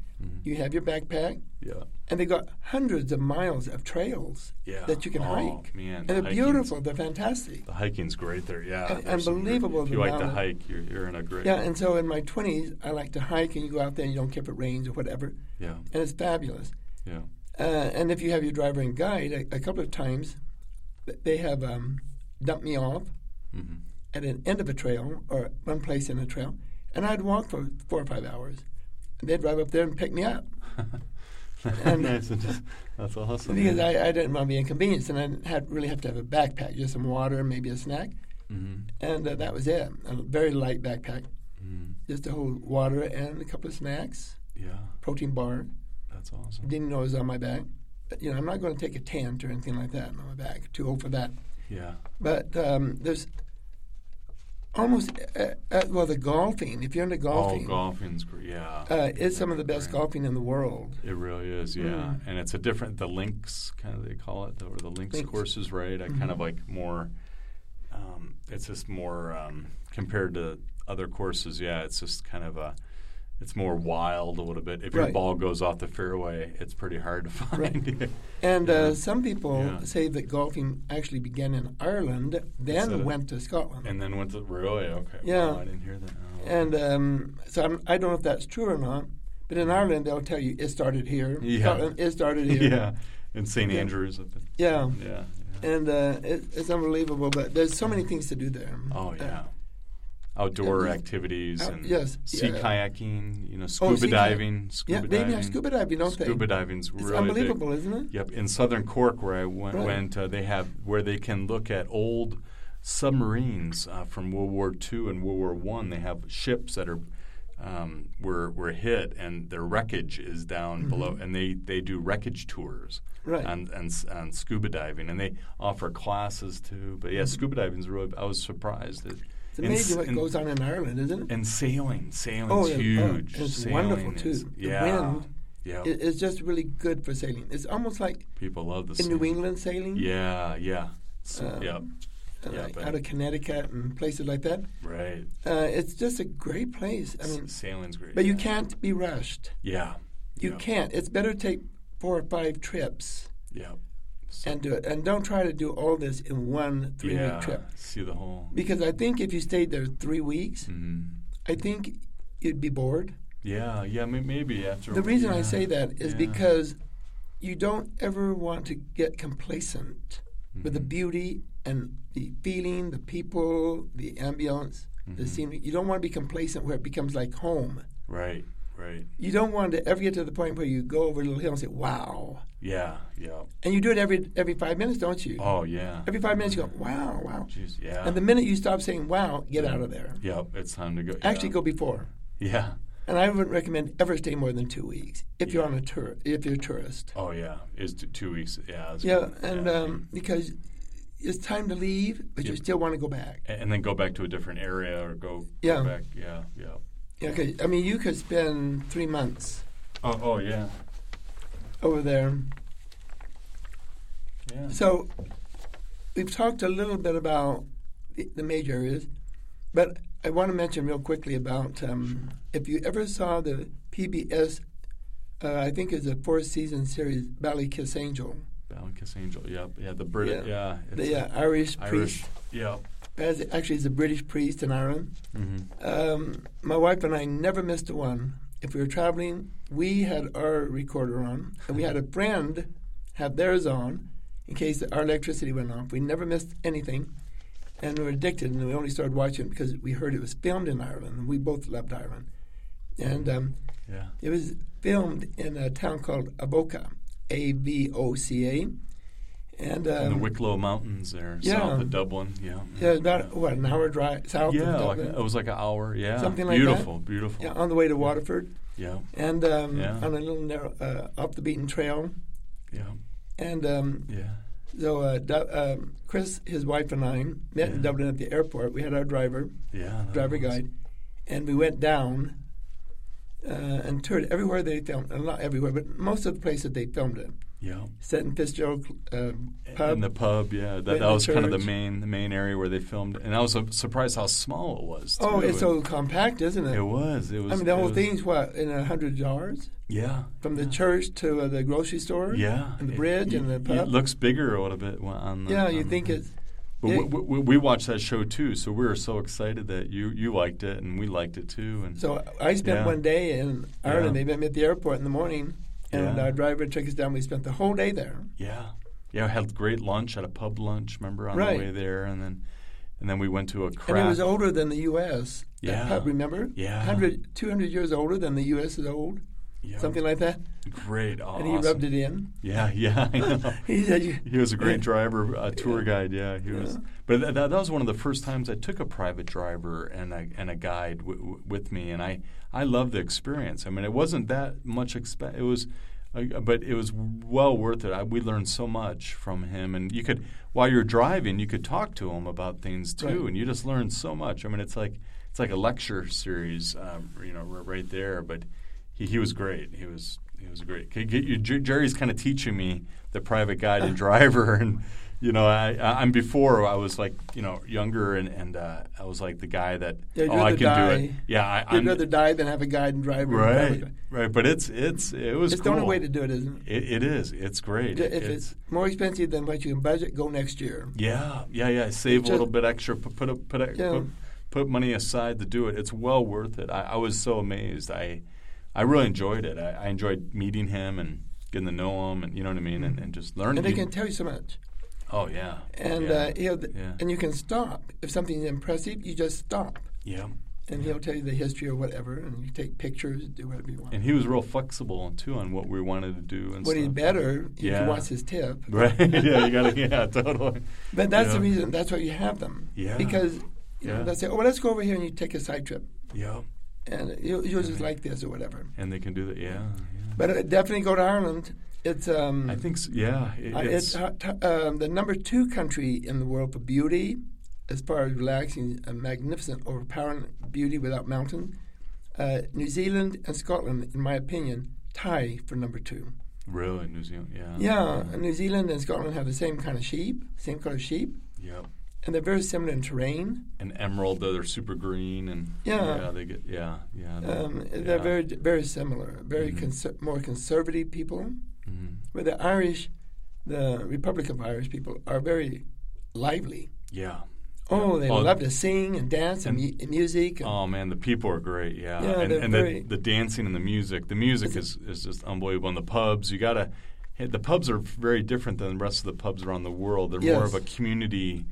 [SPEAKER 2] You have your backpack,
[SPEAKER 1] Mm-hmm. Yeah.
[SPEAKER 2] and they got hundreds of miles of trails
[SPEAKER 1] Yeah.
[SPEAKER 2] that you can
[SPEAKER 1] Oh,
[SPEAKER 2] hike.
[SPEAKER 1] man,
[SPEAKER 2] and they're
[SPEAKER 1] hiking's-
[SPEAKER 2] beautiful. They're fantastic.
[SPEAKER 1] The hiking's great there. Yeah.
[SPEAKER 2] Un-
[SPEAKER 1] there's some-
[SPEAKER 2] unbelievable
[SPEAKER 1] If you like to
[SPEAKER 2] amount of-
[SPEAKER 1] hike, you're, you're in a great.
[SPEAKER 2] Yeah, and so in my twenties, I like to hike, and you go out there, and you don't care if it rains or whatever,
[SPEAKER 1] Yeah.
[SPEAKER 2] and it's fabulous.
[SPEAKER 1] Yeah.
[SPEAKER 2] Uh, and if you have your driver and guide, a, a couple of times, th- they have um, dumped me off
[SPEAKER 1] Mhm.
[SPEAKER 2] at an end of a trail or one place in a trail, and I'd walk for four or five hours. And they'd drive up there and pick me up And-
[SPEAKER 1] nice. and just- *laughs* that's awesome.
[SPEAKER 2] because I, I didn't want to be inconvenienced, and I didn't had, really have to have a backpack, just some water, maybe a snack,
[SPEAKER 1] hmm
[SPEAKER 2] and uh, that was it. A very light backpack,
[SPEAKER 1] hmm
[SPEAKER 2] just to hold water and a couple of snacks,
[SPEAKER 1] Yeah.
[SPEAKER 2] protein bar.
[SPEAKER 1] That's awesome.
[SPEAKER 2] Didn't know it was on my back. But, you know, I'm not going to take a tent or anything like that on my back. Too old for that.
[SPEAKER 1] Yeah.
[SPEAKER 2] But um, there's almost uh, uh, well, the golfing. If you're into golfing,
[SPEAKER 1] Oh, golfing's great. Yeah.
[SPEAKER 2] uh, it's some of the best
[SPEAKER 1] Great.
[SPEAKER 2] golfing in the world.
[SPEAKER 1] It really is, yeah.
[SPEAKER 2] Mm.
[SPEAKER 1] And it's a different the links kind of they call it the, or the links,
[SPEAKER 2] Links. Mm-hmm.
[SPEAKER 1] courses, right? I kind of like more. Um, it's just more um, compared to other courses. Yeah, it's just kind of a. It's more wild a little bit. If your
[SPEAKER 2] Right.
[SPEAKER 1] ball goes off the fairway, it's pretty hard to *laughs* find.
[SPEAKER 2] And
[SPEAKER 1] Yeah.
[SPEAKER 2] uh, some people
[SPEAKER 1] Yeah.
[SPEAKER 2] say that golfing actually began in Ireland, then
[SPEAKER 1] Instead of-
[SPEAKER 2] went to Scotland.
[SPEAKER 1] and then went to really okay.
[SPEAKER 2] Yeah.
[SPEAKER 1] wow, I didn't hear that. Oh, wow.
[SPEAKER 2] And um, so I'm, I don't know if that's true or not. But in Ireland, they'll tell you it started here.
[SPEAKER 1] Yeah.
[SPEAKER 2] Scotland, it
[SPEAKER 1] *laughs*
[SPEAKER 2] started here.
[SPEAKER 1] yeah, and St.
[SPEAKER 2] Yeah.
[SPEAKER 1] Andrews. Up in,
[SPEAKER 2] Yeah.
[SPEAKER 1] yeah, yeah.
[SPEAKER 2] And uh, it, it's unbelievable, but there's so many things to do there.
[SPEAKER 1] Oh
[SPEAKER 2] Uh,
[SPEAKER 1] yeah. Outdoor
[SPEAKER 2] yeah,
[SPEAKER 1] activities
[SPEAKER 2] out-
[SPEAKER 1] and
[SPEAKER 2] yes,
[SPEAKER 1] sea
[SPEAKER 2] yeah.
[SPEAKER 1] kayaking, you know,
[SPEAKER 2] Oh,
[SPEAKER 1] scuba
[SPEAKER 2] sea kayak-
[SPEAKER 1] diving,
[SPEAKER 2] yeah,
[SPEAKER 1] scuba
[SPEAKER 2] they
[SPEAKER 1] diving.
[SPEAKER 2] even have scuba diving, don't they?
[SPEAKER 1] Scuba diving's
[SPEAKER 2] It's
[SPEAKER 1] really
[SPEAKER 2] unbelievable, isn't it?
[SPEAKER 1] Big. Yep, in Southern Cork where I went,
[SPEAKER 2] Right.
[SPEAKER 1] went uh, they have where they can look at old submarines uh, from World War II and World War One. They have ships that are um, were were hit and their wreckage is down below, and they, they do wreckage tours
[SPEAKER 2] Mm-hmm. Right.
[SPEAKER 1] on, on s- on scuba diving, and they offer classes too. But yeah, scuba diving's really. I was surprised. It,
[SPEAKER 2] Mm-hmm. It's amazing what goes on in Ireland, isn't it?
[SPEAKER 1] and sailing, sailing's
[SPEAKER 2] Oh, yeah, oh,
[SPEAKER 1] huge.
[SPEAKER 2] it's
[SPEAKER 1] Sailing
[SPEAKER 2] wonderful, too.
[SPEAKER 1] is-
[SPEAKER 2] The
[SPEAKER 1] yeah,
[SPEAKER 2] wind
[SPEAKER 1] yeah.
[SPEAKER 2] It- It's just really good for sailing. It's almost like
[SPEAKER 1] People love the
[SPEAKER 2] in
[SPEAKER 1] sailing.
[SPEAKER 2] New England sailing,
[SPEAKER 1] Yeah, yeah, so,
[SPEAKER 2] Um,
[SPEAKER 1] yeah,
[SPEAKER 2] uh,
[SPEAKER 1] yeah,
[SPEAKER 2] like
[SPEAKER 1] but-
[SPEAKER 2] out of Connecticut and places like that.
[SPEAKER 1] right.
[SPEAKER 2] Uh, it's just a great place. I
[SPEAKER 1] S-
[SPEAKER 2] mean,
[SPEAKER 1] sailing's great.
[SPEAKER 2] but you
[SPEAKER 1] yeah.
[SPEAKER 2] can't be rushed.
[SPEAKER 1] Yeah,
[SPEAKER 2] You
[SPEAKER 1] yeah,
[SPEAKER 2] can't. It's better to take four or five trips
[SPEAKER 1] Yeah, So-
[SPEAKER 2] and do it. And don't try to do all this in one three-week
[SPEAKER 1] yeah.
[SPEAKER 2] trip.
[SPEAKER 1] See the whole.
[SPEAKER 2] Because I think if you stayed there three weeks,
[SPEAKER 1] Mhm.
[SPEAKER 2] I think you'd be bored.
[SPEAKER 1] Yeah, yeah, may- maybe after.
[SPEAKER 2] The reason I
[SPEAKER 1] yeah,
[SPEAKER 2] say that is
[SPEAKER 1] yeah.
[SPEAKER 2] because you don't ever want to get complacent with
[SPEAKER 1] Mm-hmm.
[SPEAKER 2] the beauty and the feeling, the people, the ambience,
[SPEAKER 1] Mm-hmm.
[SPEAKER 2] the scenery. You don't want to be complacent where it becomes like home.
[SPEAKER 1] Right, right.
[SPEAKER 2] You don't want to ever get to the point where you go over a little hill and say, "Wow!"
[SPEAKER 1] Yeah, yeah.
[SPEAKER 2] And you do it every every five minutes, don't you?
[SPEAKER 1] Oh Ah. yeah.
[SPEAKER 2] Every five minutes, you go, "Wow, wow!"
[SPEAKER 1] Jeez, yeah.
[SPEAKER 2] And the minute you stop saying "Wow," get out of there.
[SPEAKER 1] Yep, it's time to go.
[SPEAKER 2] Actually,
[SPEAKER 1] yeah.
[SPEAKER 2] go before.
[SPEAKER 1] Yeah.
[SPEAKER 2] And I wouldn't recommend ever stay more than two weeks if you're on a tour. If you're a tourist,
[SPEAKER 1] Oh yeah. It's t- two weeks. Yeah. it's
[SPEAKER 2] yeah,
[SPEAKER 1] good,
[SPEAKER 2] and
[SPEAKER 1] yeah.
[SPEAKER 2] um, because it's time to leave, but you
[SPEAKER 1] Yep.
[SPEAKER 2] still want to go back.
[SPEAKER 1] A- and then go back to a different area or go, go
[SPEAKER 2] Yeah.
[SPEAKER 1] back. Yeah, yeah.
[SPEAKER 2] Yeah, 'cause, I mean, you could spend three months
[SPEAKER 1] Oh, oh yeah.
[SPEAKER 2] over there.
[SPEAKER 1] Yeah.
[SPEAKER 2] So we've talked a little bit about the, the major areas, but I want to mention real quickly about um, if you ever saw the PBS, uh, I think it's a four-season series, Valley Kiss Angel,
[SPEAKER 1] Balancus Angel. Yep. Yeah. The British.
[SPEAKER 2] Yeah.
[SPEAKER 1] Yeah. it's
[SPEAKER 2] the
[SPEAKER 1] a
[SPEAKER 2] uh, Irish
[SPEAKER 1] Irish.
[SPEAKER 2] priest.
[SPEAKER 1] Yeah.
[SPEAKER 2] As, actually, he's a British priest in Ireland.
[SPEAKER 1] Mm-hmm.
[SPEAKER 2] Um, my wife and I never missed a one. If we were traveling, we had our recorder on, and we had a friend have theirs on in case our electricity went off. We never missed anything, and we were addicted, and we only started watching because we heard it was filmed in Ireland, and we both loved Ireland. And um,
[SPEAKER 1] Yeah.
[SPEAKER 2] it was filmed in a town called Avoca, A V O C A. And, um,
[SPEAKER 1] In the Wicklow Mountains there,
[SPEAKER 2] yeah.
[SPEAKER 1] south of Dublin. Yeah.
[SPEAKER 2] yeah, about what an hour drive south
[SPEAKER 1] Yeah,
[SPEAKER 2] of
[SPEAKER 1] like
[SPEAKER 2] Dublin.
[SPEAKER 1] it was like an hour. Yeah,
[SPEAKER 2] Something like that.
[SPEAKER 1] beautiful, beautiful.
[SPEAKER 2] yeah, on the way to Waterford.
[SPEAKER 1] Yeah,
[SPEAKER 2] and um,
[SPEAKER 1] Yeah.
[SPEAKER 2] on a little narrow, uh, off the beaten trail.
[SPEAKER 1] yeah,
[SPEAKER 2] And um,
[SPEAKER 1] yeah.
[SPEAKER 2] so uh, Du- um, Chris, his wife, and I met in
[SPEAKER 1] Yeah. Oh,
[SPEAKER 2] Dublin at the airport. We had our driver,
[SPEAKER 1] yeah that
[SPEAKER 2] driver
[SPEAKER 1] was-
[SPEAKER 2] guide, and we went down uh, and toured everywhere they filmed. uh, Not everywhere, but most of the places they filmed it.
[SPEAKER 1] Yeah,
[SPEAKER 2] Set in Fitzgerald uh, pub.
[SPEAKER 1] in the pub. Yeah,
[SPEAKER 2] in
[SPEAKER 1] that, that
[SPEAKER 2] the
[SPEAKER 1] was kind of the
[SPEAKER 2] church.
[SPEAKER 1] main the main area where they filmed, and I was uh, surprised how small it was.
[SPEAKER 2] oh,
[SPEAKER 1] too.
[SPEAKER 2] it's so compact, isn't it?
[SPEAKER 1] It was. It was.
[SPEAKER 2] I mean, the
[SPEAKER 1] it
[SPEAKER 2] whole
[SPEAKER 1] was-
[SPEAKER 2] thing's what in a hundred yards.
[SPEAKER 1] Yeah.
[SPEAKER 2] from the church to uh, the grocery store.
[SPEAKER 1] Yeah.
[SPEAKER 2] and the
[SPEAKER 1] It-
[SPEAKER 2] bridge and
[SPEAKER 1] it-
[SPEAKER 2] the
[SPEAKER 1] It
[SPEAKER 2] pub.
[SPEAKER 1] looks bigger a little bit wa- on the.
[SPEAKER 2] yeah,
[SPEAKER 1] on
[SPEAKER 2] you
[SPEAKER 1] the-
[SPEAKER 2] think it's
[SPEAKER 1] But
[SPEAKER 2] yeah.
[SPEAKER 1] we, we, we watched that show too, so we were so excited that you, you liked it and we liked it too. And
[SPEAKER 2] so. I spent
[SPEAKER 1] Yeah.
[SPEAKER 2] one day in Ireland.
[SPEAKER 1] Yeah.
[SPEAKER 2] They met me at the airport in the morning, and
[SPEAKER 1] Yeah.
[SPEAKER 2] our driver took us down. We spent the whole day there.
[SPEAKER 1] Yeah, yeah, we had great lunch at a pub lunch. Remember on
[SPEAKER 2] Right.
[SPEAKER 1] the way there, and then and then we went to a crap.
[SPEAKER 2] And it was older than the U.S. that
[SPEAKER 1] Yeah.
[SPEAKER 2] pub, remember?
[SPEAKER 1] Yeah.
[SPEAKER 2] 100, 200 years older than the U.S. is old,
[SPEAKER 1] Yeah.
[SPEAKER 2] something like that.
[SPEAKER 1] great. Awesome.
[SPEAKER 2] And he rubbed it in. *laughs*
[SPEAKER 1] Yeah, *laughs* yeah. I know.
[SPEAKER 2] He said, you,
[SPEAKER 1] He was a great driver, uh, tour guide. Yeah, he was. But th- that, that was one of the first times I took a private driver and a, and a guide w- w- with me, and I I loved the experience. I mean, it wasn't that much expense. It was, uh, but it was well worth it. I, we learned so much from him, and you could while you're driving, you could talk to him about things too,
[SPEAKER 2] Right.
[SPEAKER 1] and you just learn so much. I mean, it's like it's like a lecture series, um, you know, r- right there. But he, he was great. He was he was great. Get, get you, Jer- Jerry's kind of teaching me the private guide
[SPEAKER 2] *laughs*
[SPEAKER 1] and driver, and you know, I, I I'm before I was like you know younger, and and uh, I was like the guy that
[SPEAKER 2] Yeah, you're
[SPEAKER 1] oh I
[SPEAKER 2] the
[SPEAKER 1] can do it.
[SPEAKER 2] guy.
[SPEAKER 1] Yeah, I,
[SPEAKER 2] would
[SPEAKER 1] I'm
[SPEAKER 2] rather die than have a guide and driver. and
[SPEAKER 1] right,
[SPEAKER 2] driver.
[SPEAKER 1] right. But it's it's it was
[SPEAKER 2] It's the only
[SPEAKER 1] cool.
[SPEAKER 2] way to do it, isn't it?
[SPEAKER 1] It, it is. It's great.
[SPEAKER 2] If it's, more expensive than what you can budget, go next year.
[SPEAKER 1] Yeah, yeah, yeah. Save
[SPEAKER 2] Just-
[SPEAKER 1] a little bit extra. Put put a, put, a,
[SPEAKER 2] Yeah.
[SPEAKER 1] put put money aside to do it. It's well worth it. I, I was so amazed. I I really enjoyed it. I, I enjoyed meeting him and getting to know him, and you know what I mean, and, and just learning.
[SPEAKER 2] And they can tell you so much.
[SPEAKER 1] oh yeah,
[SPEAKER 2] And
[SPEAKER 1] yeah,
[SPEAKER 2] uh, he'll,
[SPEAKER 1] yeah.
[SPEAKER 2] and you can stop if something's impressive. You just stop,
[SPEAKER 1] yeah.
[SPEAKER 2] and he'll tell you the history or whatever, and you take pictures, do whatever you want.
[SPEAKER 1] And he was real flexible too on what we wanted to do. And
[SPEAKER 2] what he's
[SPEAKER 1] stuff.
[SPEAKER 2] better if
[SPEAKER 1] Yeah.
[SPEAKER 2] he wants his tip.
[SPEAKER 1] right? *laughs* yeah, you got to. Yeah, totally.
[SPEAKER 2] But that's the
[SPEAKER 1] Yeah.
[SPEAKER 2] reason. That's why you have them.
[SPEAKER 1] Yeah.
[SPEAKER 2] Because you know,
[SPEAKER 1] Yeah.
[SPEAKER 2] they'll say, "Oh, well, let's go over here," and you take a side trip,
[SPEAKER 1] Yeah,
[SPEAKER 2] and you'll, you'll just like this or whatever.
[SPEAKER 1] and they can do that. Yeah, yeah.
[SPEAKER 2] But uh, definitely go to Ireland. It's um,
[SPEAKER 1] I think. So, yeah, it-
[SPEAKER 2] uh,
[SPEAKER 1] it's,
[SPEAKER 2] it's uh, t- um, the number two country in the world for beauty, as far as relaxing, a magnificent, overpowering beauty without mountain. Uh, New Zealand and Scotland, in my opinion, tie for number two.
[SPEAKER 1] really New Zealand. Yeah.
[SPEAKER 2] Yeah, New Zealand and Scotland have the same kind of sheep, same color sheep,
[SPEAKER 1] Yeah.
[SPEAKER 2] and they're very similar in terrain.
[SPEAKER 1] and emerald though they're super green and
[SPEAKER 2] Yeah.
[SPEAKER 1] they get yeah yeah they-
[SPEAKER 2] Um, They're
[SPEAKER 1] yeah.
[SPEAKER 2] very, very similar, very
[SPEAKER 1] Mhm.
[SPEAKER 2] conser- more conservative people.
[SPEAKER 1] Mhm.
[SPEAKER 2] Where the Irish, the Republic of Irish people, are very lively.
[SPEAKER 1] yeah
[SPEAKER 2] Oh,
[SPEAKER 1] Yeah.
[SPEAKER 2] they love to sing and dance and, mu- and music. And
[SPEAKER 1] oh man the people are great yeah,
[SPEAKER 2] Yeah,
[SPEAKER 1] and,
[SPEAKER 2] they're
[SPEAKER 1] and
[SPEAKER 2] very-
[SPEAKER 1] the, the dancing and the music the music is, is just unbelievable and the pubs you gotta hey, the pubs are very different than the rest of the pubs around the world they're more of
[SPEAKER 2] Yes.
[SPEAKER 1] a community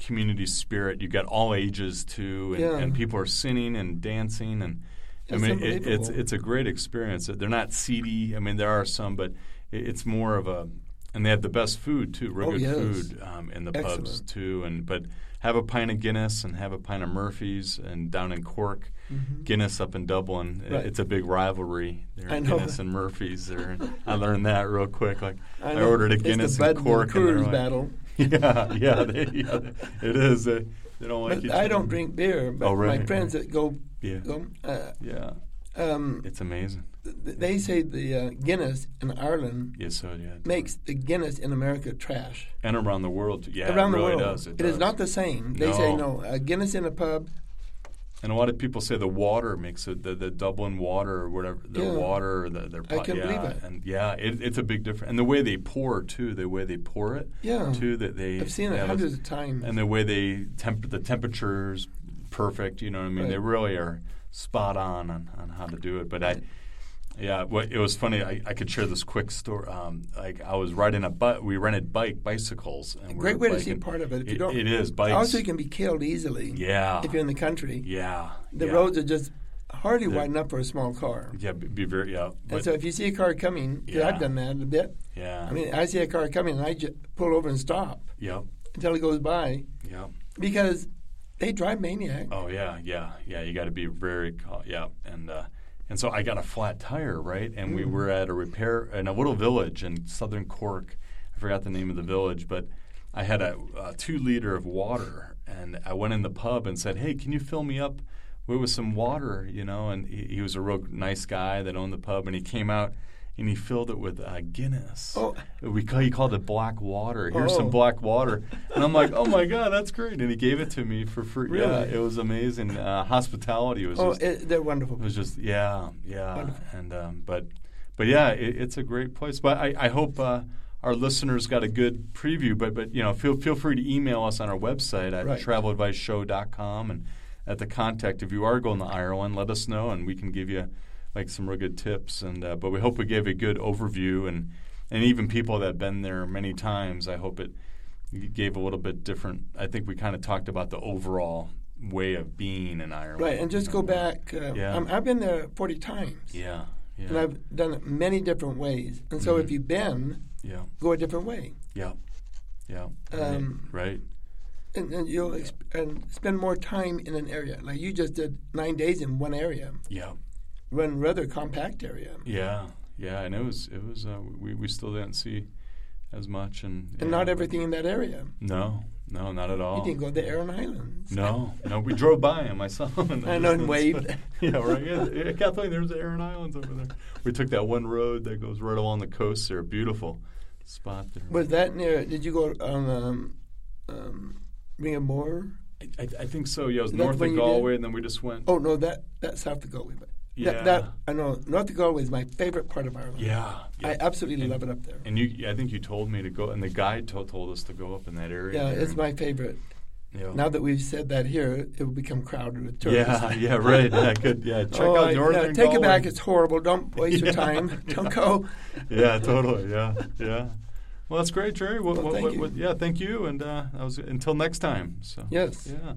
[SPEAKER 1] community spirit you got all ages too and,
[SPEAKER 2] Yeah.
[SPEAKER 1] and people are singing and dancing and I
[SPEAKER 2] It's
[SPEAKER 1] mean, it, it's
[SPEAKER 2] unbelievable.
[SPEAKER 1] it's a great experience. They're not seedy. I mean, there are some, but it, it's more of a, and they have the best food too, real
[SPEAKER 2] Oh,
[SPEAKER 1] good
[SPEAKER 2] yes.
[SPEAKER 1] food um, in the pubs
[SPEAKER 2] Excellent.
[SPEAKER 1] too. And but have a pint of Guinness and have a pint of Murphy's and down in Cork,
[SPEAKER 2] Mm-hmm.
[SPEAKER 1] Guinness up in Dublin. i-
[SPEAKER 2] Right.
[SPEAKER 1] It's a big rivalry. There,
[SPEAKER 2] I know.
[SPEAKER 1] Guinness and Murphy's. There, I learned that real quick. Like I,
[SPEAKER 2] know
[SPEAKER 1] ordered a
[SPEAKER 2] it's
[SPEAKER 1] Guinness
[SPEAKER 2] the Bud
[SPEAKER 1] in Cork. and
[SPEAKER 2] and
[SPEAKER 1] they're
[SPEAKER 2] Coors
[SPEAKER 1] like-
[SPEAKER 2] battle.
[SPEAKER 1] *laughs* Yeah, yeah, they, yeah, it is. They, they don't like
[SPEAKER 2] But
[SPEAKER 1] each
[SPEAKER 2] I
[SPEAKER 1] other.
[SPEAKER 2] don't drink beer, but
[SPEAKER 1] Oh,
[SPEAKER 2] my
[SPEAKER 1] right,
[SPEAKER 2] friends that go,
[SPEAKER 1] Yeah,
[SPEAKER 2] go uh,
[SPEAKER 1] yeah,
[SPEAKER 2] um,
[SPEAKER 1] it's amazing.
[SPEAKER 2] th- they say the uh, Guinness in Ireland
[SPEAKER 1] Yes, so yeah, it
[SPEAKER 2] makes the Guinness in America trash.
[SPEAKER 1] and around the world. too. Yeah,
[SPEAKER 2] Mm-hmm. Around
[SPEAKER 1] it really
[SPEAKER 2] the world,
[SPEAKER 1] does. It,
[SPEAKER 2] it is
[SPEAKER 1] does.
[SPEAKER 2] not the same. They say
[SPEAKER 1] No.
[SPEAKER 2] no. A Guinness in a pub
[SPEAKER 1] And a lot of people say the water makes it the, the Dublin water or whatever their
[SPEAKER 2] Yeah.
[SPEAKER 1] water or the, their. pot-
[SPEAKER 2] can
[SPEAKER 1] yeah,
[SPEAKER 2] believe it.
[SPEAKER 1] And yeah, it, it's a big difference. And the way they pour too, the way they pour it
[SPEAKER 2] Yeah.
[SPEAKER 1] too, that they
[SPEAKER 2] I've seen
[SPEAKER 1] they
[SPEAKER 2] it
[SPEAKER 1] have a-
[SPEAKER 2] hundreds of times.
[SPEAKER 1] and the way they temp the temperatures perfect. You know what I mean?
[SPEAKER 2] Right.
[SPEAKER 1] They really are spot on, on on how to do it. But I. Yeah, what, it was funny. I, I could share this quick story. Um, like I was riding a but we rented bike bicycles. And we
[SPEAKER 2] Great
[SPEAKER 1] were
[SPEAKER 2] way to see
[SPEAKER 1] biking.
[SPEAKER 2] part of it. If you
[SPEAKER 1] It-
[SPEAKER 2] don't,
[SPEAKER 1] it is bikes.
[SPEAKER 2] Also, you can be killed easily.
[SPEAKER 1] Yeah.
[SPEAKER 2] If you're in the country,
[SPEAKER 1] Yeah.
[SPEAKER 2] the
[SPEAKER 1] yeah.
[SPEAKER 2] roads are just hardly
[SPEAKER 1] They're-
[SPEAKER 2] wide enough for a small car.
[SPEAKER 1] Yeah, be, be very yeah.
[SPEAKER 2] And
[SPEAKER 1] But,
[SPEAKER 2] so, if you see a car coming, 'cause
[SPEAKER 1] Yeah.
[SPEAKER 2] I've done that a bit.
[SPEAKER 1] yeah.
[SPEAKER 2] I mean, I see a car coming, and I just pull over and stop
[SPEAKER 1] yep.
[SPEAKER 2] until it goes by
[SPEAKER 1] Yep.
[SPEAKER 2] because they drive maniac.
[SPEAKER 1] Oh yeah, yeah, yeah. You got to be very cau- yeah. And uh, and so I got a flat tire, right? And
[SPEAKER 2] Mm.
[SPEAKER 1] we were at a repair in a little village in southern Cork. I forgot the name of the village, but I had a, a two liter of water, and I went in the pub and said, "Hey, can you fill me up with with some water?" You know, and he, he was a real nice guy that owned the pub, and he came out. And he filled it with uh, Guinness.
[SPEAKER 2] Oh.
[SPEAKER 1] We call, he called it black water. Here's
[SPEAKER 2] Oh.
[SPEAKER 1] some black water, and I'm like, oh
[SPEAKER 2] *laughs*
[SPEAKER 1] my god, that's great! And he gave it to me for free. Yeah,
[SPEAKER 2] Really?
[SPEAKER 1] it was amazing. Uh, hospitality was
[SPEAKER 2] Oh,
[SPEAKER 1] just,
[SPEAKER 2] it, they're wonderful.
[SPEAKER 1] was just yeah, yeah.
[SPEAKER 2] Wonderful.
[SPEAKER 1] And um, but but yeah, it, it's a great place. But I, I hope uh, our listeners got a good preview. But but you know, feel feel free to email us on our website at
[SPEAKER 2] Right.
[SPEAKER 1] traveladviceshow.com and at the contact if you are going to Ireland, let us know and we can give you like some real good tips. And uh, but we hope we gave a good overview and and even people that have been there many times. I hope it gave a little bit different. I think we kind of talked about the overall way of being in Ireland.
[SPEAKER 2] Right, and just go back. Uh,
[SPEAKER 1] Yeah.
[SPEAKER 2] I'm, I've been there 40 times,
[SPEAKER 1] Yeah. Yeah. Mm-hmm.
[SPEAKER 2] and I've done it many different ways. And so if you've been,
[SPEAKER 1] yeah.
[SPEAKER 2] go a different way,
[SPEAKER 1] Yeah. Yeah.
[SPEAKER 2] Um,
[SPEAKER 1] right.
[SPEAKER 2] and, and you'll ex- and spend more time in an area. Like you just did nine days in one area,
[SPEAKER 1] Yeah.
[SPEAKER 2] one rather compact area,
[SPEAKER 1] Yeah. Yeah. And it was, it was, uh, we, we still didn't see as much. And, yeah,
[SPEAKER 2] and not
[SPEAKER 1] but-
[SPEAKER 2] everything in that area.
[SPEAKER 1] No. No, not at all.
[SPEAKER 2] You didn't go to the Aran Islands.
[SPEAKER 1] No, no, we drove by him. I saw him. In the
[SPEAKER 2] I know, *laughs*
[SPEAKER 1] distance.
[SPEAKER 2] and waved.
[SPEAKER 1] *laughs* yeah, right. Yeah, yeah, Kathleen, there's the Aran Islands over there. We took that one road that goes right along the coast there. Beautiful spot there.
[SPEAKER 2] Was that near? Did you go on um, um, Ring of Moor?
[SPEAKER 1] I, I, I think so. Yeah, it was
[SPEAKER 2] Is that
[SPEAKER 1] north
[SPEAKER 2] when
[SPEAKER 1] of
[SPEAKER 2] you did?
[SPEAKER 1] Galway, and then we just went.
[SPEAKER 2] Oh no, that that's south of Galway. But
[SPEAKER 1] Yeah.
[SPEAKER 2] that, that I know North Galway is my favorite part of Ireland.
[SPEAKER 1] yeah. yeah.
[SPEAKER 2] I absolutely
[SPEAKER 1] And-
[SPEAKER 2] love it up there.
[SPEAKER 1] and you, I think you told me to go, and the guide to, told us to go up in that area.
[SPEAKER 2] Yeah,
[SPEAKER 1] there,
[SPEAKER 2] it's
[SPEAKER 1] and-
[SPEAKER 2] my favorite.
[SPEAKER 1] Yeah.
[SPEAKER 2] Now that we've said that here, it will become crowded with tourists.
[SPEAKER 1] yeah, *laughs* yeah, right. Yeah, good.
[SPEAKER 2] *laughs*
[SPEAKER 1] Yeah, check
[SPEAKER 2] Oh, I-
[SPEAKER 1] out
[SPEAKER 2] no,
[SPEAKER 1] Northern
[SPEAKER 2] take it
[SPEAKER 1] Galway.
[SPEAKER 2] back. It's horrible. Don't
[SPEAKER 1] *laughs*
[SPEAKER 2] waste your time. Don't go.
[SPEAKER 1] yeah, totally. Yeah, yeah. Well, that's great, Jerry. What,
[SPEAKER 2] Well,
[SPEAKER 1] what,
[SPEAKER 2] thank
[SPEAKER 1] what,
[SPEAKER 2] you.
[SPEAKER 1] what- yeah, thank you. And uh, that was until next time. So
[SPEAKER 2] Yes.
[SPEAKER 1] yeah.